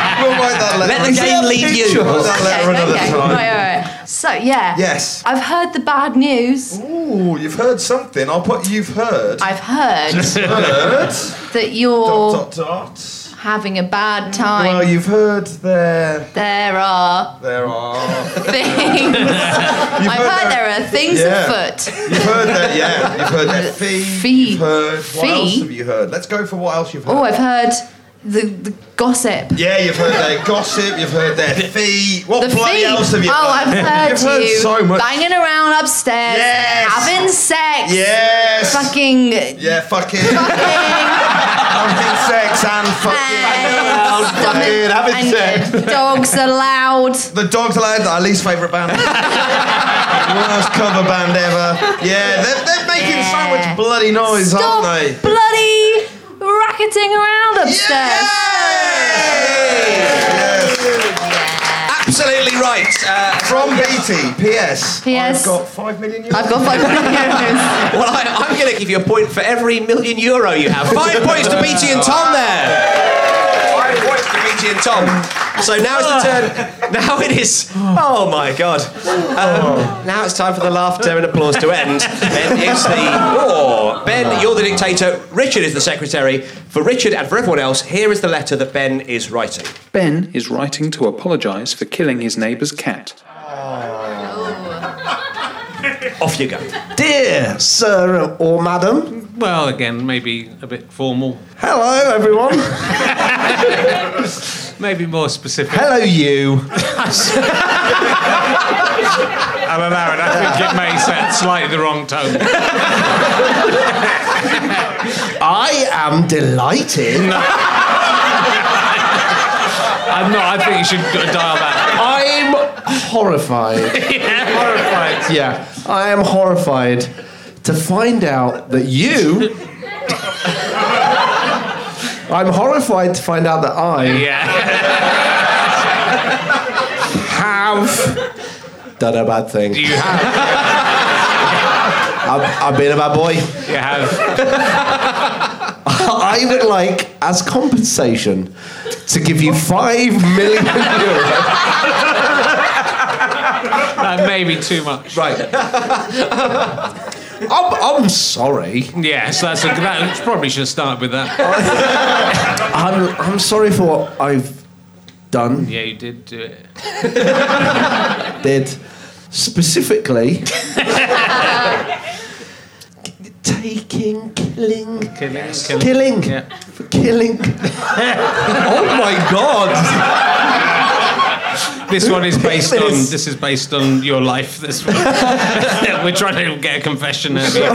Speaker 4: We'll write that letter.
Speaker 1: Let the game lead you.
Speaker 4: We'll write that letter
Speaker 8: Okay,
Speaker 4: another
Speaker 8: okay.
Speaker 4: time.
Speaker 8: Right, right, right. So yeah.
Speaker 4: Yes.
Speaker 8: I've heard the bad news.
Speaker 4: Ooh, you've heard something. I'll put you've heard.
Speaker 8: I've heard
Speaker 4: heard.
Speaker 8: that you're
Speaker 4: Dot, dot, dot.
Speaker 8: having a bad time.
Speaker 4: Well, you've heard there.
Speaker 8: there are
Speaker 4: There are.
Speaker 8: things. I've
Speaker 4: heard
Speaker 8: heard
Speaker 4: that-
Speaker 8: there are things
Speaker 4: Yeah.
Speaker 8: afoot.
Speaker 4: You've heard that, yeah. You've heard that fee.
Speaker 8: Fee.
Speaker 4: You've heard. What
Speaker 8: Fee.
Speaker 4: else have you heard? Let's go for what else you've heard.
Speaker 8: Oh, I've heard the, the gossip.
Speaker 4: Yeah, you've heard their gossip, you've heard their fee. What
Speaker 8: The
Speaker 4: bloody
Speaker 8: fee.
Speaker 4: else have you
Speaker 8: oh,
Speaker 4: heard?
Speaker 8: I've heard
Speaker 4: You've heard
Speaker 8: you
Speaker 4: so much.
Speaker 8: banging around upstairs,
Speaker 4: Yes.
Speaker 8: having sex,
Speaker 4: Yes!
Speaker 8: fucking,
Speaker 4: yeah, fucking.
Speaker 8: fucking,
Speaker 4: having sex and
Speaker 8: and,
Speaker 4: fucking. fucking having
Speaker 8: and
Speaker 4: sex.
Speaker 8: your dogs allowed.
Speaker 4: The Dogs Allowed, our least favourite band. Worst cover band ever. Yeah, they're, they're making so
Speaker 8: Yeah.
Speaker 4: much bloody noise,
Speaker 8: Stop
Speaker 4: aren't they?
Speaker 8: bloody racketing around upstairs.
Speaker 4: Yes! Yes.
Speaker 1: Absolutely right. Uh,
Speaker 4: From BT, PS.
Speaker 8: PS.
Speaker 4: I've got five million euros.
Speaker 8: I've got five euros.
Speaker 1: well, I, I'm going to give you a point for every million euro you have. Five points to BT and Tom there. Five points to BT and Tom. So now is the turn. Now it is. Oh my God. Um, now it's time for the laughter and applause to end. Ben is the. Oh, ben, you're the dictator. Richard is the secretary. For Richard and for everyone else, here is the letter that Ben is writing.
Speaker 6: Ben is writing to apologise for killing his neighbour's cat.
Speaker 1: Off you go.
Speaker 3: Dear sir or madam,
Speaker 5: Well, again, maybe a bit formal.
Speaker 3: hello everyone.
Speaker 5: Maybe more specific.
Speaker 3: Hello you.
Speaker 5: I'm a mariner. I think it may set slightly the wrong tone.
Speaker 3: I am delighted
Speaker 5: I'm not. I think you should dial back.
Speaker 3: I'm horrified.
Speaker 5: horrified.
Speaker 3: Yeah, I am horrified to find out that you. I'm horrified to find out that I have done a bad thing. You have. I've, I've been a bad boy.
Speaker 5: You have.
Speaker 3: I would like, as compensation, to give you five million euros.
Speaker 5: That may be too much.
Speaker 3: Right. I'm, I'm sorry.
Speaker 5: Yes, that's a, that probably should start with that.
Speaker 3: I'm, I'm sorry for what I've done,
Speaker 5: Yeah, you did do it.
Speaker 3: did. Specifically, taking, killing,
Speaker 5: Killing.
Speaker 3: killing,
Speaker 5: Yeah.
Speaker 3: for killing. oh my god!
Speaker 5: This one is based on.
Speaker 3: This-
Speaker 5: This is based on your life. This one. We're trying to get a confession out of you.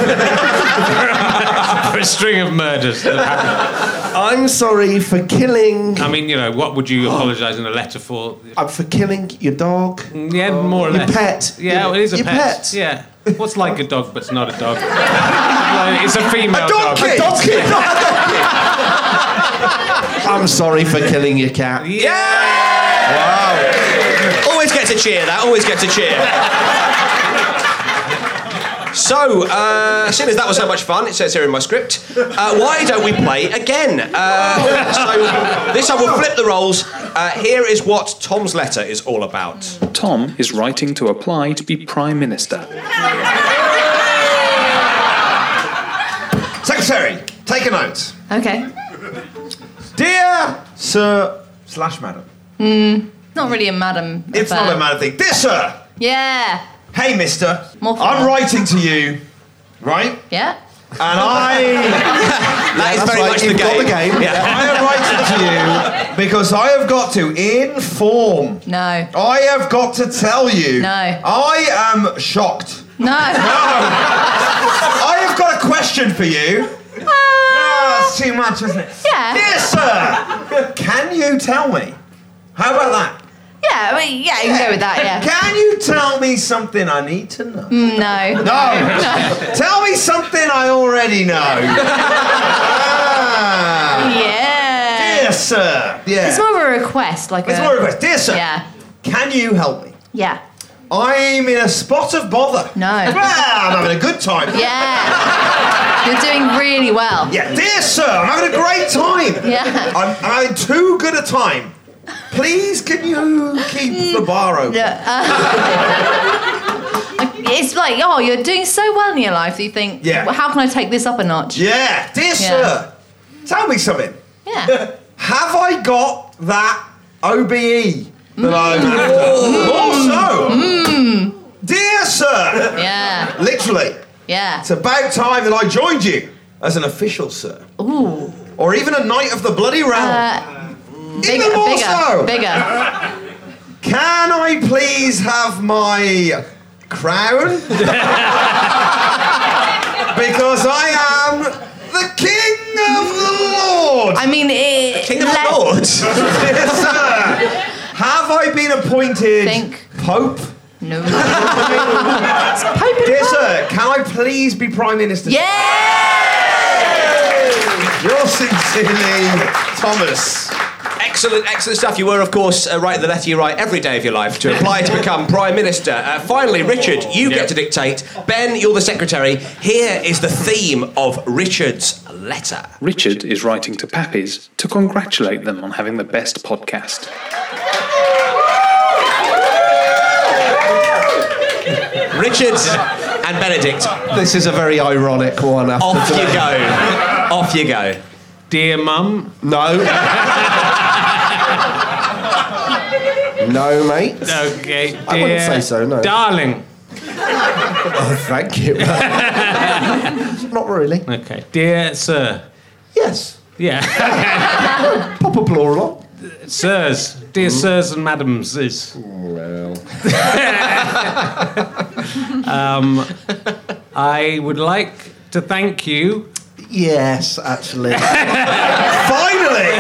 Speaker 5: for a string of murders. that happened.
Speaker 3: I'm sorry for killing.
Speaker 5: I mean, you know, what would you apologise in a letter for?
Speaker 3: I'm for killing your dog.
Speaker 5: Yeah, more or
Speaker 3: Your
Speaker 5: less.
Speaker 3: pet.
Speaker 5: Yeah, well, it is a
Speaker 3: Your
Speaker 5: pet.
Speaker 3: pet.
Speaker 5: Yeah. What's like a dog but it's not a dog? Like, it's a female dog.
Speaker 3: A donkey, not a donkey. I'm sorry for killing your cat.
Speaker 1: Yeah! Wow. Always gets a cheer, that. Always gets a cheer. So, uh, seeing as that was so much fun, it says here in my script, uh, why don't we play again? Uh, so, this I will flip the roles. Uh, here is what Tom's letter is all about.
Speaker 6: Tom is writing to apply to be Prime Minister.
Speaker 4: Secretary, take a note.
Speaker 8: Okay.
Speaker 4: Dear Sir slash Madam.
Speaker 8: Not really a madam.
Speaker 4: It's
Speaker 8: affair.
Speaker 4: not a madam thing. Dear Sir,
Speaker 8: Yeah.
Speaker 4: hey Mister,
Speaker 8: More fun.
Speaker 4: I'm writing to you, right?
Speaker 8: Yeah.
Speaker 4: And I,
Speaker 1: That is
Speaker 3: That's
Speaker 1: very
Speaker 3: right,
Speaker 1: much
Speaker 3: you've got the game.
Speaker 1: Yeah.
Speaker 4: I am writing to you because I have got to inform.
Speaker 8: No.
Speaker 4: I have got to tell you.
Speaker 8: No.
Speaker 4: I am shocked.
Speaker 8: No.
Speaker 4: I have got a question for you.
Speaker 8: Uh,
Speaker 4: Ah, that's too much, isn't it?
Speaker 8: Yeah.
Speaker 4: Dear sir, can you tell me? How about that?
Speaker 8: Yeah. I mean, yeah. You can go with that. Yeah. Mm,
Speaker 4: Can you tell me something I need to know?
Speaker 8: No.
Speaker 4: No. tell me something I already know. ah.
Speaker 8: Yeah.
Speaker 4: Dear sir. Yeah.
Speaker 8: It's more of a request, like
Speaker 4: It's
Speaker 8: a.
Speaker 4: more of a request. Dear sir,
Speaker 8: Yeah.
Speaker 4: can you help me?
Speaker 8: Yeah.
Speaker 4: I'm in a spot of bother.
Speaker 8: No.
Speaker 4: Well, I'm having a good time.
Speaker 8: Yeah. You're doing really well.
Speaker 4: Yeah, dear sir, I'm having a great time.
Speaker 8: Yeah.
Speaker 4: I'm, I'm having too good a time. Please, can you keep the bar open?
Speaker 8: Mm. No, uh, it's like, oh, you're doing so well in your life that you think,
Speaker 4: Yeah.
Speaker 8: well, how can I take this up a notch?
Speaker 4: Yeah, dear sir, tell me something.
Speaker 8: Yeah.
Speaker 4: Have I got that OBE that
Speaker 8: Mm.
Speaker 4: I'm after? Also, dear sir,
Speaker 8: Yeah.
Speaker 4: literally,
Speaker 8: Yeah.
Speaker 4: it's about time that I joined you as an official, sir,
Speaker 8: Ooh.
Speaker 4: or even a knight of the bloody realm.
Speaker 8: Uh,
Speaker 4: even
Speaker 8: bigger,
Speaker 4: more
Speaker 8: bigger,
Speaker 4: so.
Speaker 8: bigger.
Speaker 4: Can I please have my crown? because I am the king of the Lord.
Speaker 8: I mean, it,
Speaker 1: King of the
Speaker 8: let-
Speaker 1: Lords.
Speaker 4: Yes, sir. Have I been appointed
Speaker 8: Think.
Speaker 4: Pope?
Speaker 8: No. it's Pope and
Speaker 4: Dear
Speaker 8: Pope.
Speaker 4: sir, can I please be Prime Minister?
Speaker 8: Yeah.
Speaker 4: Yours sincerely, Thomas.
Speaker 1: Excellent, excellent stuff. You were, of course, uh, writing the letter you write every day of your life to apply to become Prime Minister. Uh, finally, Richard, you get to dictate. Ben, you're the secretary. Here is the theme of Richard's letter.
Speaker 6: Richard is writing to Pappies to congratulate them on having the best podcast.
Speaker 1: Richard and Benedict,
Speaker 3: This is a very ironic one. After
Speaker 1: off you
Speaker 3: today.
Speaker 1: go. Off you go.
Speaker 5: Dear mum,
Speaker 3: No. no, mate.
Speaker 5: okay. Dear
Speaker 3: I wouldn't say so, no.
Speaker 5: Darling,
Speaker 3: Oh, thank you. Not really.
Speaker 5: okay. Dear sir,
Speaker 3: Yes.
Speaker 5: yeah,
Speaker 3: Pop a plural on.
Speaker 5: sirs, dear sirs and madams, is
Speaker 3: Well.
Speaker 5: Um, I would like to thank you.
Speaker 3: Yes, actually.
Speaker 4: Finally!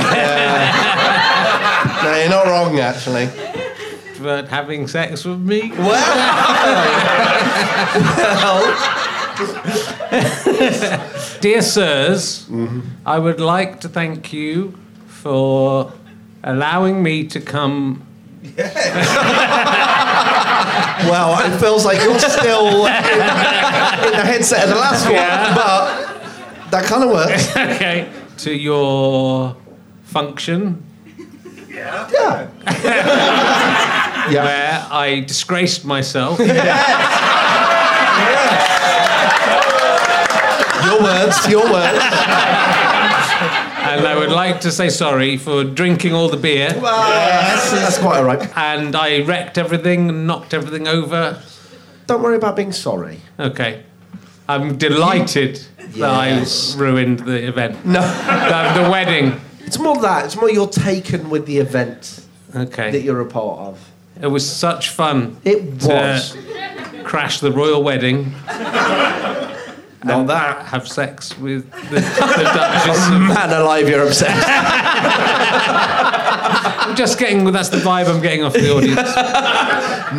Speaker 3: No, you're not wrong, actually.
Speaker 5: But having sex with me? Dear sirs, I would like to thank you for allowing me to come.
Speaker 3: Well, it feels like you're still in, in the headset of the last one,
Speaker 5: Yeah.
Speaker 3: but that kind of works.
Speaker 5: okay. To your function. Yeah. Yeah. Where I disgraced myself.
Speaker 3: Your words, your words.
Speaker 5: And I would like to say sorry for drinking all the beer.
Speaker 3: Yes, that's quite all right.
Speaker 5: And I wrecked everything and knocked everything over.
Speaker 3: Don't worry about being sorry.
Speaker 5: Okay. I'm delighted that I ruined the event.
Speaker 3: No.
Speaker 5: The, the wedding.
Speaker 3: It's more that. It's more you're taken with the event that
Speaker 5: Okay.
Speaker 3: you're a part of.
Speaker 5: It was such fun.
Speaker 3: It
Speaker 5: to
Speaker 3: was.
Speaker 5: crash the royal wedding.
Speaker 3: Not that.
Speaker 5: Have sex with the, the Duchess. Of,
Speaker 3: Man alive, you're obsessed.
Speaker 5: I'm just getting. That's the vibe I'm getting off the audience.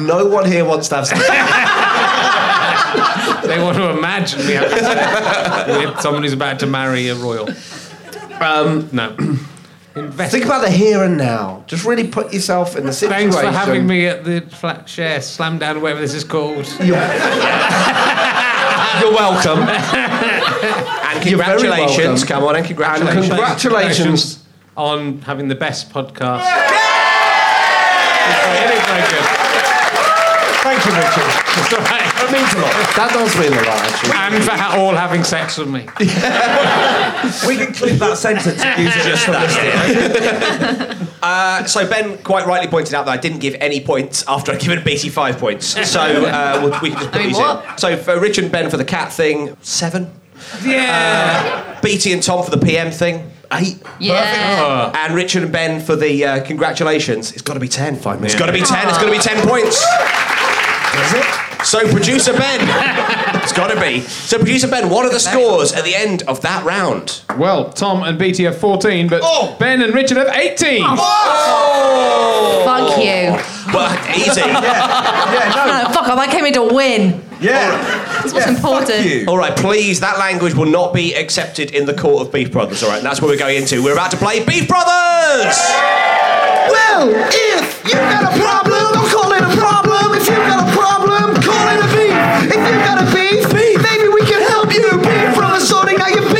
Speaker 3: No one here wants to have sex.
Speaker 5: They want to imagine me having sex with someone who's about to marry a royal. Um, no. Invest.
Speaker 3: Think about the here and now. Just really put yourself in the situation.
Speaker 5: Thanks for having me at the flat share slam down, whatever this is called.
Speaker 3: You're, You're welcome.
Speaker 1: And
Speaker 3: You're very
Speaker 1: congratulations.
Speaker 3: welcome.
Speaker 1: Come on and congratulations.
Speaker 3: And congratulations.
Speaker 5: on having the best podcast. It is very good.
Speaker 3: Thank you, Richard.
Speaker 5: It's all right.
Speaker 3: That means a lot. That does mean a lot, actually.
Speaker 5: And for ha- all having sex with me.
Speaker 4: We can clip that sentence and use it just that.
Speaker 1: Uh, so Ben quite rightly pointed out that I didn't give any points after I'd given him 85 points. So uh, we'll- we can just put
Speaker 8: I mean,
Speaker 1: these in.
Speaker 8: what?
Speaker 1: So for Richard and Ben for the cat thing, seven.
Speaker 5: Yeah.
Speaker 1: BT and Tom for the PM thing, eight.
Speaker 8: Yeah.
Speaker 1: And Richard and Ben for the uh, congratulations. It's got to be 10. Five It's got to be 10. It's got to be 10 points.
Speaker 3: Is it?
Speaker 1: So producer Ben. it's got to be. So producer Ben, what are the scores at the end of that round?
Speaker 13: Well, Tom and BT have 14, but
Speaker 1: Oh!
Speaker 13: Ben and Richard have 18.
Speaker 1: Oh!
Speaker 8: Fuck you.
Speaker 1: Well, easy.
Speaker 8: No, Ah, fuck off. I came here to win.
Speaker 4: Yeah.
Speaker 8: That's what's important.
Speaker 4: you.
Speaker 1: All right, please, that language will not be accepted in the court of Beef Brothers. All right, that's what we're going into. We're about to play Beef Brothers!
Speaker 3: Well, if you've got a problem, don't call it a problem. If you've got a problem, call it a beef. If you've got a beef, maybe we can help you. Beef from sorting out your beef.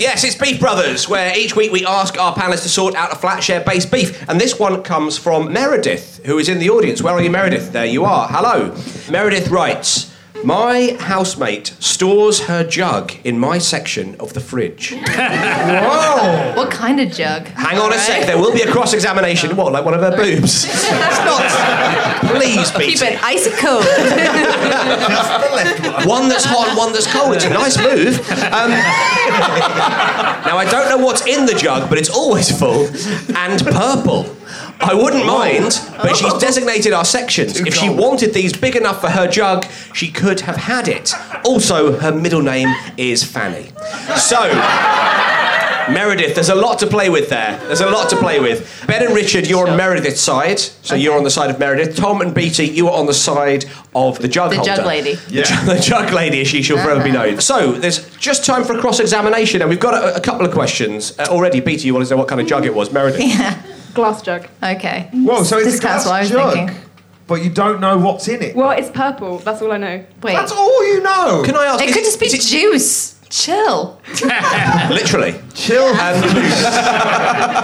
Speaker 1: Yes, it's Beef Brothers, where each week we ask our panelists to sort out a flat share based beef. And this one comes from Meredith, who is in the audience. Where are you, Meredith? There you are. Hello. Meredith writes My housemate stores her jug in my section of the fridge.
Speaker 4: Whoa.
Speaker 8: What kind of jug?
Speaker 1: Hang on a sec, there will be a cross examination. What, like one of her boobs? it's not. Please,
Speaker 8: Keep
Speaker 1: Beef.
Speaker 8: it ice cold.
Speaker 1: One that's hot, one that's cold. It's a nice move. Um, now, I don't know what's in the jug, but it's always full and purple. I wouldn't mind, but she's designated our sections. If she wanted these big enough for her jug, she could have had it. Also, her middle name is Fanny. So. Meredith, there's a lot to play with there. There's a lot to play with. Ben and Richard, you're on Meredith's side, so you're on the side of Meredith. Tom and Beatty, you are on the side of the jug
Speaker 8: The
Speaker 1: holder.
Speaker 8: jug lady. Uh-huh.
Speaker 1: The, jug, the jug lady, as she shall forever be known. So there's just time for cross examination, and we've got a, a couple of questions uh, already. Beatty, you wanted to know what kind of jug it was, Meredith?
Speaker 12: Glass jug.
Speaker 8: okay.
Speaker 4: Whoa, so it's
Speaker 8: This
Speaker 4: a
Speaker 8: that's
Speaker 4: glass
Speaker 8: what I was
Speaker 4: jug,
Speaker 8: thinking.
Speaker 4: but you don't know what's in it.
Speaker 12: Well, it's purple. That's all I know.
Speaker 8: Wait.
Speaker 4: That's all you know.
Speaker 1: Can I ask?
Speaker 8: It
Speaker 1: is
Speaker 8: could just be
Speaker 1: is
Speaker 8: juice. Chill.
Speaker 1: it- literally.
Speaker 4: Chill.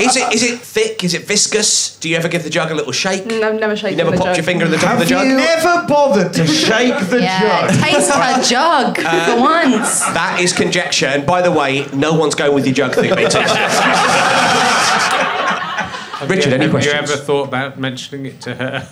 Speaker 1: Is it is it thick? Is it viscous? Do you ever give the jug a little shake?
Speaker 8: Mm.
Speaker 12: I've never shaken
Speaker 1: You
Speaker 12: the
Speaker 1: never popped
Speaker 12: jug.
Speaker 1: your finger in the top of the jug.
Speaker 4: Never bothered to shake the
Speaker 8: Yeah.
Speaker 4: jug.
Speaker 8: Taste her jug
Speaker 1: Uh,
Speaker 8: for once.
Speaker 1: That is conjecture, and by the way, no one's going with your jug thing, Peter. Richard, any
Speaker 5: Have you
Speaker 1: questions?
Speaker 5: ever thought about mentioning it to her?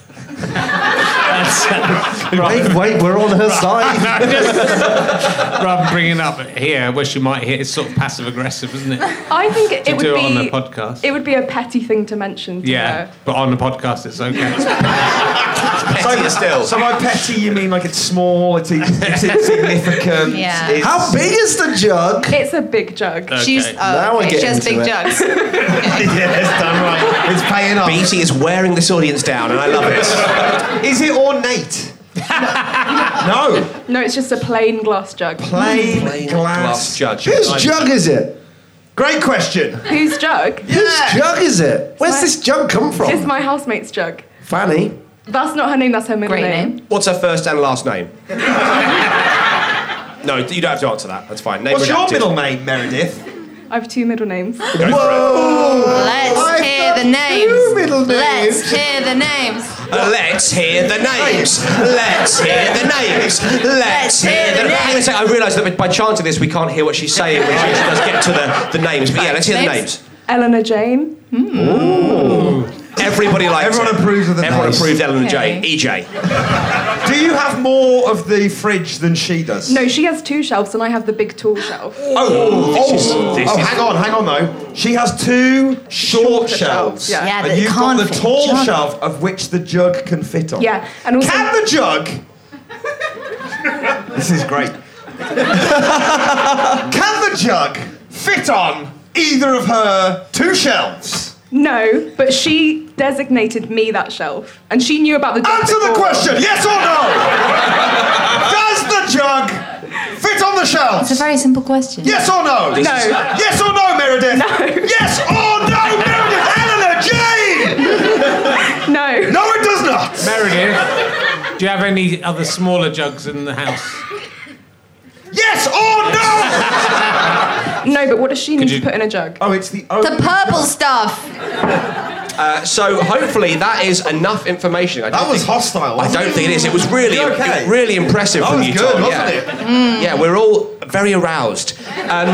Speaker 5: Wait,
Speaker 3: wait, we're on her side.
Speaker 5: Rather than bringing it up here, which you might hear, it's sort of passive aggressive, isn't it?
Speaker 14: I think it,
Speaker 5: To
Speaker 14: would
Speaker 5: do it
Speaker 14: be
Speaker 5: on the podcast.
Speaker 14: It would be a petty thing to mention. To
Speaker 5: Yeah, but on the podcast, it's okay.
Speaker 4: so, still. So by petty, you mean like it's small, it's, it's
Speaker 1: um,
Speaker 4: insignificant.
Speaker 14: Yeah.
Speaker 4: It's,
Speaker 14: How big
Speaker 3: is the jug?
Speaker 14: It's a big jug.
Speaker 4: Okay. She's-
Speaker 8: uh,
Speaker 4: oh, Now I okay, get she has into big it. jugs.
Speaker 1: yes, done right. It's paying off. BT is wearing this audience down, and I love it.
Speaker 4: is it ornate? no.
Speaker 14: No, it's just a plain glass jug.
Speaker 4: Plain, glass, judge.
Speaker 3: Whose jug is it?
Speaker 4: Great question.
Speaker 14: Whose jug?
Speaker 3: Whose jug is it? Where's this jug come from?
Speaker 14: It's my housemate's jug.
Speaker 3: Fanny.
Speaker 14: That's not her name. That's her middle
Speaker 1: Great
Speaker 14: name.
Speaker 1: What's her first and last name? no, you don't have to answer that. That's fine. Name
Speaker 4: What's your
Speaker 1: redacted.
Speaker 4: middle name, Meredith?
Speaker 14: I have two middle names.
Speaker 1: for it. Whoa!
Speaker 8: Let's
Speaker 14: I've
Speaker 8: hear
Speaker 14: got
Speaker 8: the names.
Speaker 14: two middle
Speaker 8: Let's hear the names.
Speaker 1: Uh, Let's hear the names. Let's hear the names. Let's hear the names. Hang on a second. I realise that by chanting this, we can't hear what she's saying when she actually does get to the, the names. But yeah, let's hear the names.
Speaker 14: Eleanor Jane.
Speaker 1: Ooh. Everybody likes
Speaker 4: Everyone
Speaker 1: it.
Speaker 4: approves of the
Speaker 1: Everyone
Speaker 4: names.
Speaker 1: approved Ellen
Speaker 14: Okay.
Speaker 1: and E Jane. EJ.
Speaker 4: Do you have more of the fridge than she does?
Speaker 14: No, she has two shelves, and I have the big tall shelf.
Speaker 4: Oh, oh,
Speaker 14: This is- this
Speaker 4: oh,
Speaker 14: is-
Speaker 4: hang on, hang on though. She has two short, shelves.
Speaker 14: yeah. Yeah,
Speaker 4: and
Speaker 14: that
Speaker 4: you've got
Speaker 14: can't
Speaker 4: the
Speaker 14: fit
Speaker 4: tall
Speaker 14: jug.
Speaker 4: shelf of which the jug can fit on.
Speaker 14: Yeah, and also
Speaker 4: Can the jug? this is great. can the jug fit on either of her two shelves?
Speaker 14: no, but she designated me that shelf, and she knew about the. jug
Speaker 4: Answer the
Speaker 14: before.
Speaker 4: question, yes or no? Does the jug fit on the shelves?
Speaker 8: It's a very simple question.
Speaker 4: Yes or no?
Speaker 8: This is-
Speaker 4: Yes or no, Meredith? No. Yes or no, Meredith? Eleanor Jane!
Speaker 14: No.
Speaker 4: No, it does not.
Speaker 5: Meredith, do you have any other smaller jugs in the house?
Speaker 4: Yes or
Speaker 14: no? no, but what does she need
Speaker 1: you-
Speaker 14: to put in a jug?
Speaker 4: Oh, it's the
Speaker 8: The purple stuff.
Speaker 1: Uh, so hopefully that is enough information. I that was
Speaker 4: hostile.
Speaker 1: I don't think it is. It was really, it- really impressive
Speaker 4: That
Speaker 1: from
Speaker 4: was
Speaker 1: you,
Speaker 4: good,
Speaker 1: Tom.
Speaker 4: wasn't
Speaker 1: yeah. Mm.
Speaker 4: it?
Speaker 1: Yeah, we're all very aroused. Um,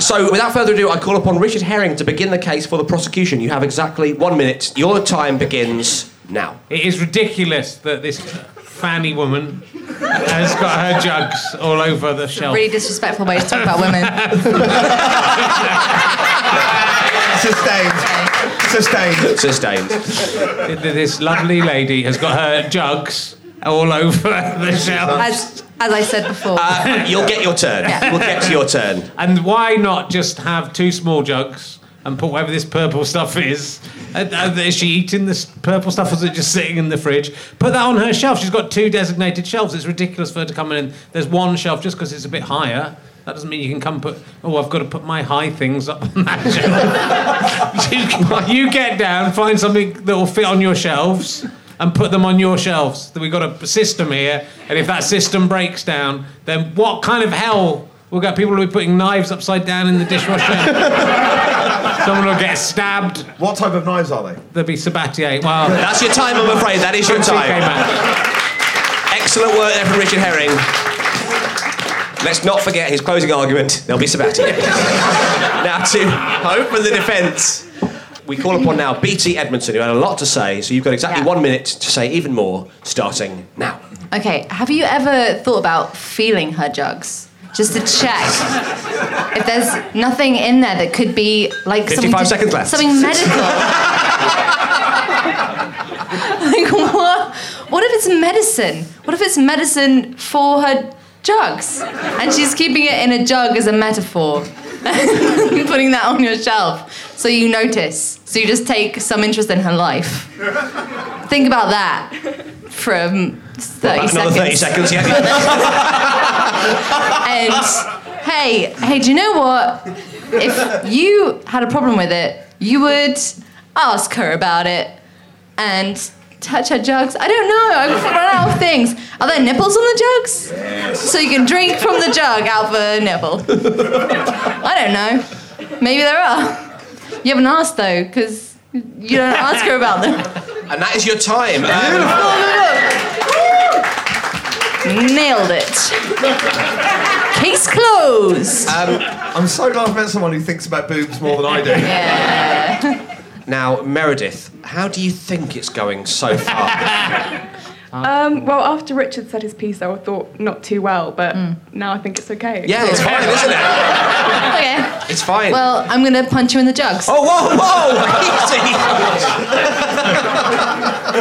Speaker 1: so without further ado, I call upon Richard Herring to begin the case for the prosecution. You have exactly one minute. Your time begins now.
Speaker 5: It is ridiculous that this fanny woman has got her jugs all over the shelf.
Speaker 8: Really disrespectful way to talk about women.
Speaker 4: Sustained. Sustained.
Speaker 1: Sustained.
Speaker 5: Th- This lovely lady has got her jugs all over the shelf.
Speaker 8: as, as I said before.
Speaker 1: Uh, You'll get your turn.
Speaker 8: Yeah.
Speaker 1: We'll get to your turn.
Speaker 5: And why not just have two small jugs and put whatever this purple stuff is? And, and is she eating this purple stuff or is it just sitting in the fridge? Put that on her shelf. She's got two designated shelves. It's ridiculous for her to come in. There's one shelf just because it's a bit higher. That doesn't mean you can come put, oh, I've got to put my high things up on that shelf. you, you get down, find something that will fit on your shelves and put them on your shelves. We've got a system here, and if that system breaks down, then what kind of hell will get people will be putting knives upside down in the dishwasher? Someone will get stabbed.
Speaker 4: What type of knives are they?
Speaker 5: There'll be Sabatier. Well,
Speaker 1: That's your time, I'm afraid. That is your
Speaker 5: From TK
Speaker 1: time.
Speaker 5: Maxx.
Speaker 1: Excellent work there from Richard Herring. Let's not forget his closing argument. There'll be Sabatier. now to hope for the defence. We call upon now BT Edmondson, who had a lot to say, so you've got exactly one minute to say even more, starting now.
Speaker 8: Okay, have you ever thought about feeling her jugs? Just to check if there's nothing in there that could be like something,
Speaker 1: 55
Speaker 8: to-
Speaker 1: seconds left.
Speaker 8: something medical. like what? What if it's medicine? What if it's medicine for her jugs, and she's keeping it in a jug as a metaphor, putting that on your shelf so you notice, so you just take some interest in her life. Think about that from 30
Speaker 1: Well,
Speaker 8: seconds.
Speaker 1: another 30 seconds, yeah.
Speaker 8: and hey, hey, do you know what? If you had a problem with it, you would ask her about it and touch her jugs. I don't know. I've run out of things. Are there nipples on the jugs? So you can drink from the jug out of a nipple. I don't know. Maybe there are. You haven't asked though, because you don't ask her about them.
Speaker 1: And that is your time. Um,
Speaker 8: Nailed it. Case closed.
Speaker 4: Um, I'm so glad I've met someone who thinks about boobs more than I do.
Speaker 1: Now, Meredith, how do you think it's going so far?
Speaker 14: Um, well, after Richard said his piece, I thought not too well, but now I think it's okay.
Speaker 1: Yeah, it's fine, isn't it?
Speaker 8: okay.
Speaker 1: It's fine.
Speaker 8: Well, I'm gonna punch you in the jugs.
Speaker 1: Oh, whoa, whoa!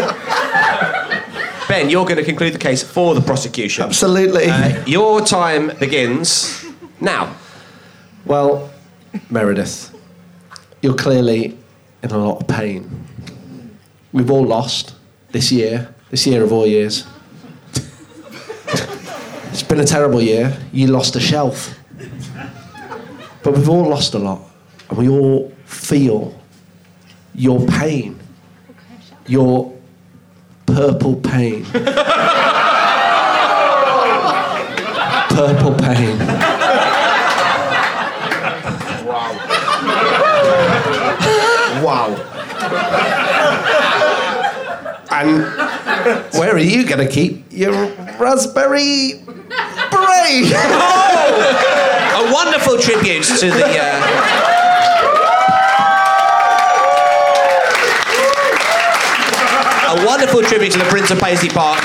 Speaker 1: Ben, you're going to conclude the case for the prosecution. Uh,
Speaker 3: Absolutely.
Speaker 1: your time begins now.
Speaker 3: Well, Meredith, you're clearly in a lot of pain. We've all lost this year, this year of all years. it's been a terrible year. You lost a shelf. But we've all lost a lot, and we all feel your pain, your purple pain, purple pain. Wow. And where are you going to keep your raspberry beret?
Speaker 1: A wonderful tribute to the. Uh, a wonderful tribute to the Prince of Paisley Park.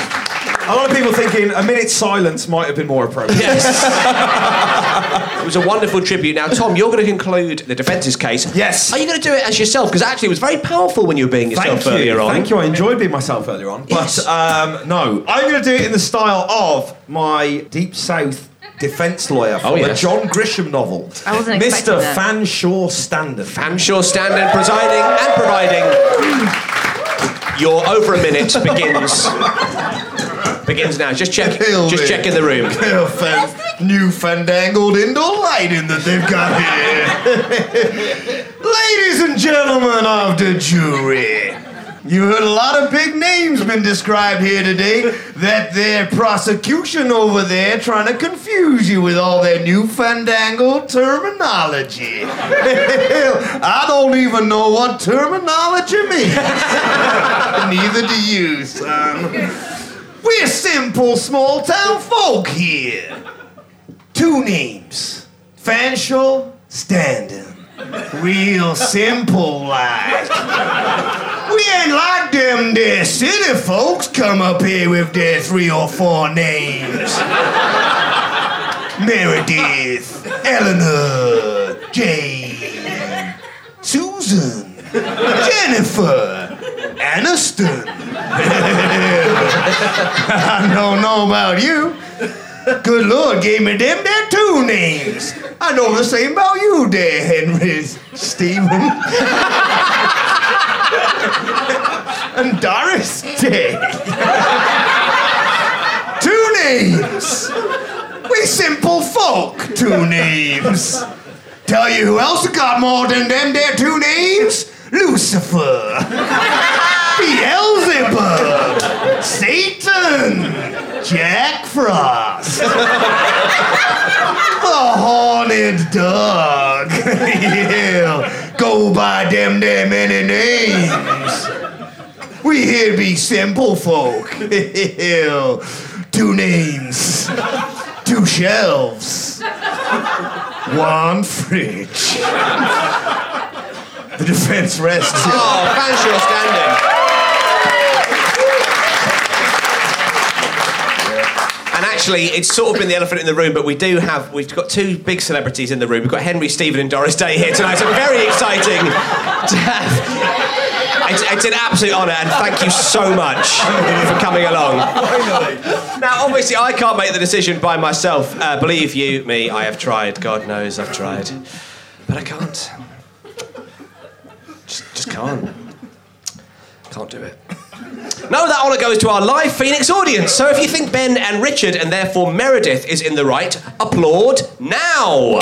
Speaker 4: A lot of people thinking a minute's silence might have been more appropriate.
Speaker 1: It was a wonderful tribute. Now, Tom, you're going to conclude the defence's case. Yes. Are you going to do it as yourself? Because actually, it was very powerful when you were being yourself
Speaker 4: Thank you.
Speaker 1: earlier on.
Speaker 4: Thank you. I enjoyed being myself earlier on. But um, no, I'm going to do it in the style of my Deep South defence lawyer from
Speaker 1: Oh,
Speaker 4: the
Speaker 1: yes.
Speaker 4: John Grisham novel.
Speaker 1: I wasn't expecting
Speaker 4: Mr.
Speaker 1: that.
Speaker 4: Fanshawe Standard.
Speaker 1: Fanshawe Standard presiding and providing. Your over a minute begins. begins now. Just check. just check in the room.
Speaker 15: New fandangled indoor lighting that they've got here. Ladies and gentlemen of the jury, you heard a lot of big names been described here today. That their prosecution over there trying to confuse you with all their new fandangled terminology. I don't even know what terminology means. Neither do you, son. We're simple small town folk here. Two names Fanshawe Standing. Real simple like. We ain't like them there city folks come up here with their three or four names Meredith, Eleanor, Jane, Susan, Jennifer, Aniston. I don't know about you. Good Lord gave me them their two names. I know the same about you there, Henry Stephen. and Doris Day. two names. We simple folk, two names. Tell you who else got more than them there two names? Lucifer. Beelzebub. Satan. Jack Frost. the horned dog. yeah. Go by them there many names. We here be simple folk. Yeah. two names. Two shelves. One fridge. the defense rests.
Speaker 1: Oh, Fanshawe Standing. And actually, it's sort of been the elephant in the room, but we do have, we've got two big celebrities in the room. We've got Henry Stephen and Doris Day here tonight, so very exciting to have. It's, it's an absolute honour, and thank you so much for coming along. Now, obviously, I can't make the decision by myself. Uh, believe you, me, I have tried. God knows I've tried. But I can't. Just, just can't. Can't do it. No, that honour goes to our live Phoenix audience. So if you think Ben and Richard and therefore Meredith is in the right, applaud now.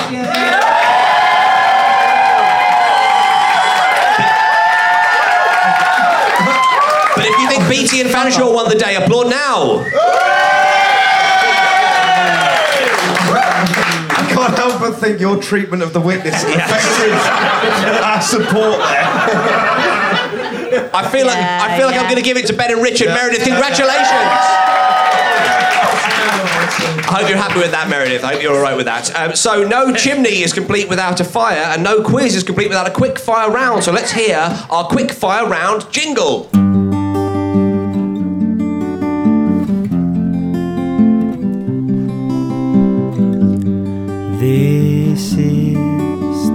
Speaker 1: But if you think BT and Fanshawe won the day, applaud now.
Speaker 4: I can't help but think your treatment of the witness affected our support there.
Speaker 1: I feel like I feel like I'm going to give it to Ben and Richard. Meredith, congratulations. I hope you're happy with that, Meredith. I hope you're all right with that. Um, so, no chimney is complete without a fire, and no quiz is complete without a quick fire round. So, let's hear our quick fire round jingle.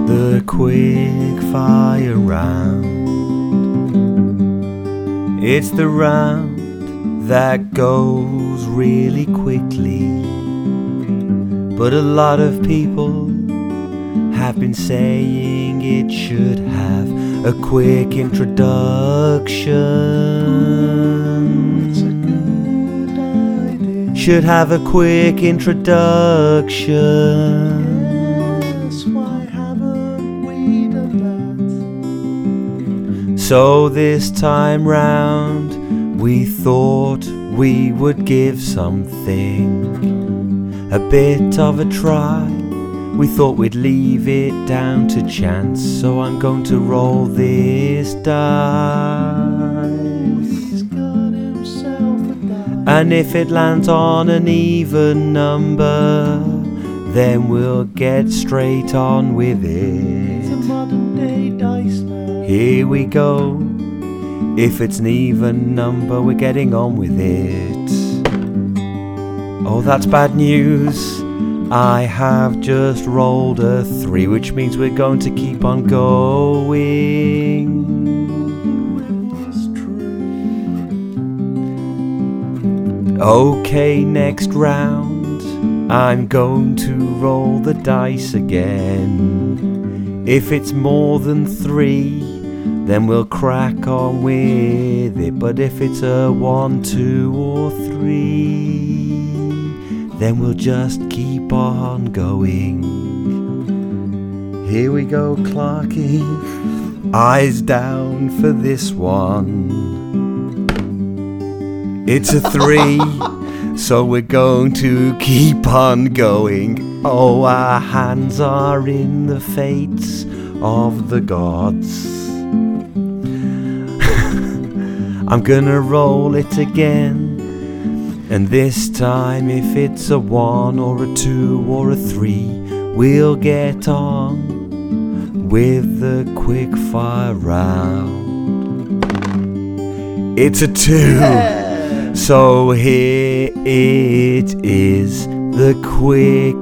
Speaker 16: the quick fire round. It's the round that goes really quickly. But a lot of people have been saying it should have a quick introduction. Should have a quick introduction. So this time round, we thought we would give something a bit of a try. We thought we'd leave it down to chance, so I'm going to roll this dice. And if it lands on an even number, then we'll get straight on with it. Here we go. If it's an even number, we're getting on with it. Oh, that's bad news. I have just rolled a three, which means we're going to keep on going. Okay, next round, I'm going to roll the dice again. If it's more than three, then we'll crack on with it. But if it's a one, two, or three, then we'll just keep on going. Here we go, Clarky. Eyes down for this one. It's a three, so we're going to keep on going. Oh, our hands are in the fates of the gods. I'm gonna roll it again. And this time, if it's a one or a two or a three, we'll get on with the quick fire round. It's a two. So here it is the quick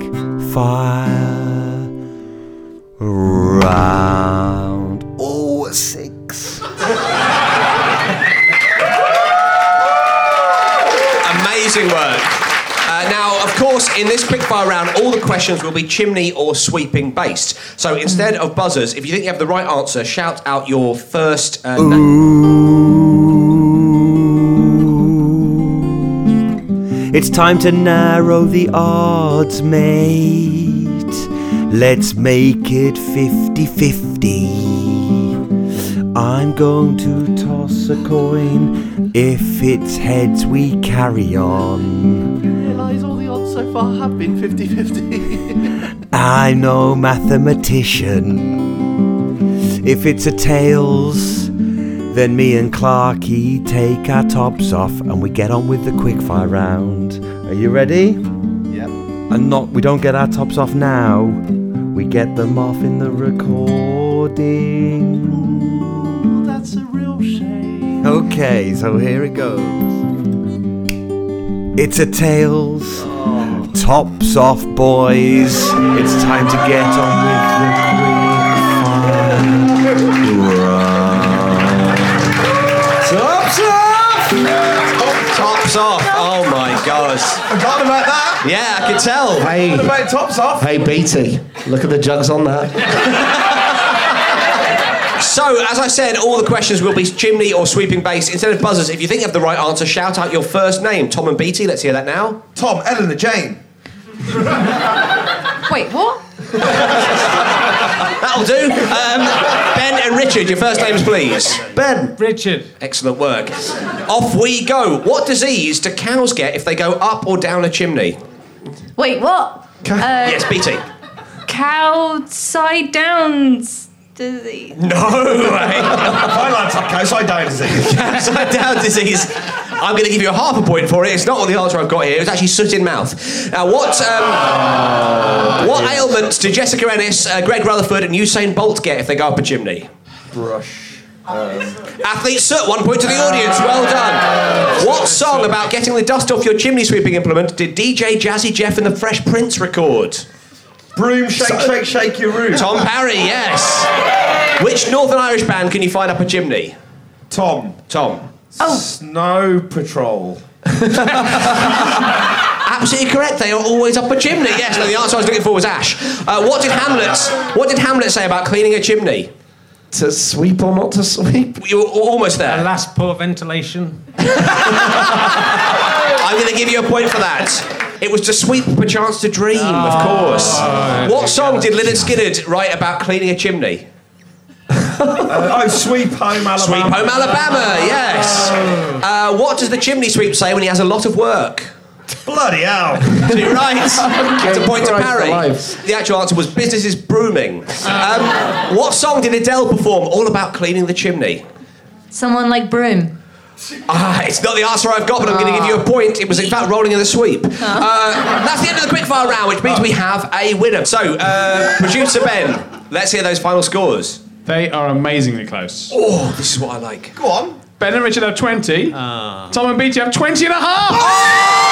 Speaker 16: fire round. Oh, a six.
Speaker 1: Amazing work. Uh, now, of course, in this quickfire round, all the questions will be chimney or sweeping based. So instead of buzzers, if you think you have the right answer, shout out your first. Uh, na-
Speaker 16: It's time to narrow the odds, mate. Let's make it 50 50. I'm going to toss a coin. If it's heads, we carry on.
Speaker 17: realise all the odds so far have been 50 50.
Speaker 16: I'm no mathematician. If it's a tails, then me and Clarky take our tops off and we get on with the quickfire round. Are you ready?
Speaker 17: Yep.
Speaker 16: And not we don't get our tops off now. We get them off in the recording.
Speaker 17: Oh, that's a real shame.
Speaker 16: Okay, so here it goes. It's a tails. Tops off, boys. Oh. It's time to get on with the quick
Speaker 1: Tops off! Tops off. Oh my gosh. Forgot about that. Yeah, I could tell.
Speaker 17: Hey.
Speaker 1: What about tops off?
Speaker 17: Hey, BT, look at the jugs on that.
Speaker 1: So, as I said, all the questions will be chimney or sweeping base. Instead of buzzers, if you think you have the right answer, shout out your first name. Tom and Beatty, let's hear that now. Tom, Eleanor, Jane.
Speaker 8: Wait, what?
Speaker 1: That'll do. Um, ben and Richard, your first names, please. Ben. Richard. Excellent work. Off we go. What disease do cows get if they go up or down a chimney?
Speaker 8: Wait, what? Uh,
Speaker 1: yes, Beatty.
Speaker 8: Cow side downs disease.
Speaker 1: No. I like Cowside down disease. Cowside down disease. I'm going to give you a half a point for it. It's not what the answer I've got here. It was actually soot in mouth. Now, what um, what ailments do Jessica Ennis, uh, Greg Rutherford, and Usain Bolt get if they go up a chimney?
Speaker 15: Brush. Um,
Speaker 1: Athlete soot. One point to the audience. Well done. What song about getting the dust off your chimney sweeping implement did DJ Jazzy Jeff and the Fresh Prince record?
Speaker 4: Broom, shake, shake, shake your room.
Speaker 1: Tom Parry, yes. Which Northern Irish band can you find up a chimney?
Speaker 4: Tom.
Speaker 1: Tom.
Speaker 4: Oh. Snow Patrol.
Speaker 1: Absolutely correct. They are always up a chimney. Yes, no, the answer I was looking for was Ash. Uh, what did Hamlet's What did Hamlet say about cleaning a chimney?
Speaker 15: To sweep or not to sweep?
Speaker 1: You were al- almost there.
Speaker 5: The last poor ventilation.
Speaker 1: I'm going to give you a point for that. It was to sweep, perchance to dream, of course. what song did Leonard Skinner write about cleaning a chimney?
Speaker 4: oh, Sweep Home Alabama.
Speaker 1: Sweep Home Alabama, yes. Uh, what does the chimney sweep say when he has a lot of work?
Speaker 4: Bloody hell.
Speaker 1: You're right. It's a point to
Speaker 4: Christ
Speaker 1: Parry. The actual answer was business is brooming. Um, what song did Adele perform all about cleaning the chimney?
Speaker 8: Someone like Broom.
Speaker 1: Ah, it's not the answer I've got, but I'm going to give you a point. It was in fact rolling in the sweep. Uh, that's the end of the quickfire round, which means we have a winner. So, uh, producer Ben, let's hear those final scores.
Speaker 13: They are amazingly close.
Speaker 1: Oh, this is what I like. Go on.
Speaker 13: Ben and Richard have 20.
Speaker 5: Ah.
Speaker 13: Tom and Beatty have 20 and a half.
Speaker 1: Oh!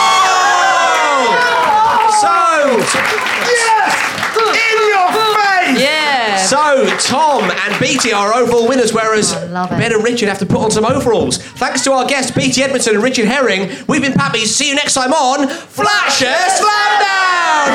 Speaker 1: So,
Speaker 4: yes! In your face!
Speaker 8: Yeah.
Speaker 1: so Tom and Beatty are overall winners, whereas Ben and Richard have to put on some overalls. Thanks to our guests Beatty Edmondson and Richard Herring, we've been Pappies. See you next time on Flasher Slamdown.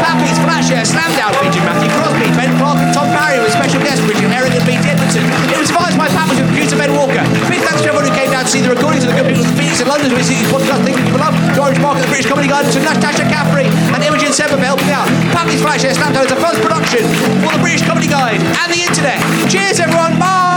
Speaker 1: Pappies Flasher Slamdown featured Matthew Crosby, Ben Clark, and Tom Barry with special guests Richard Herring and Beatty Edmondson. It was advised by Pappies with producer Ben Walker. Big thanks to everyone who came down to see the recordings of the Good People of Phoenix in London, to visit these podcast things people love, to Orange Park at the British Comedy Gardens, to Natasha Caffrey and Imogen Seven for helping out. Pappies Flasher Slamdown is a first production for the British Comedy Guide and the internet. Cheers, everyone. Bye.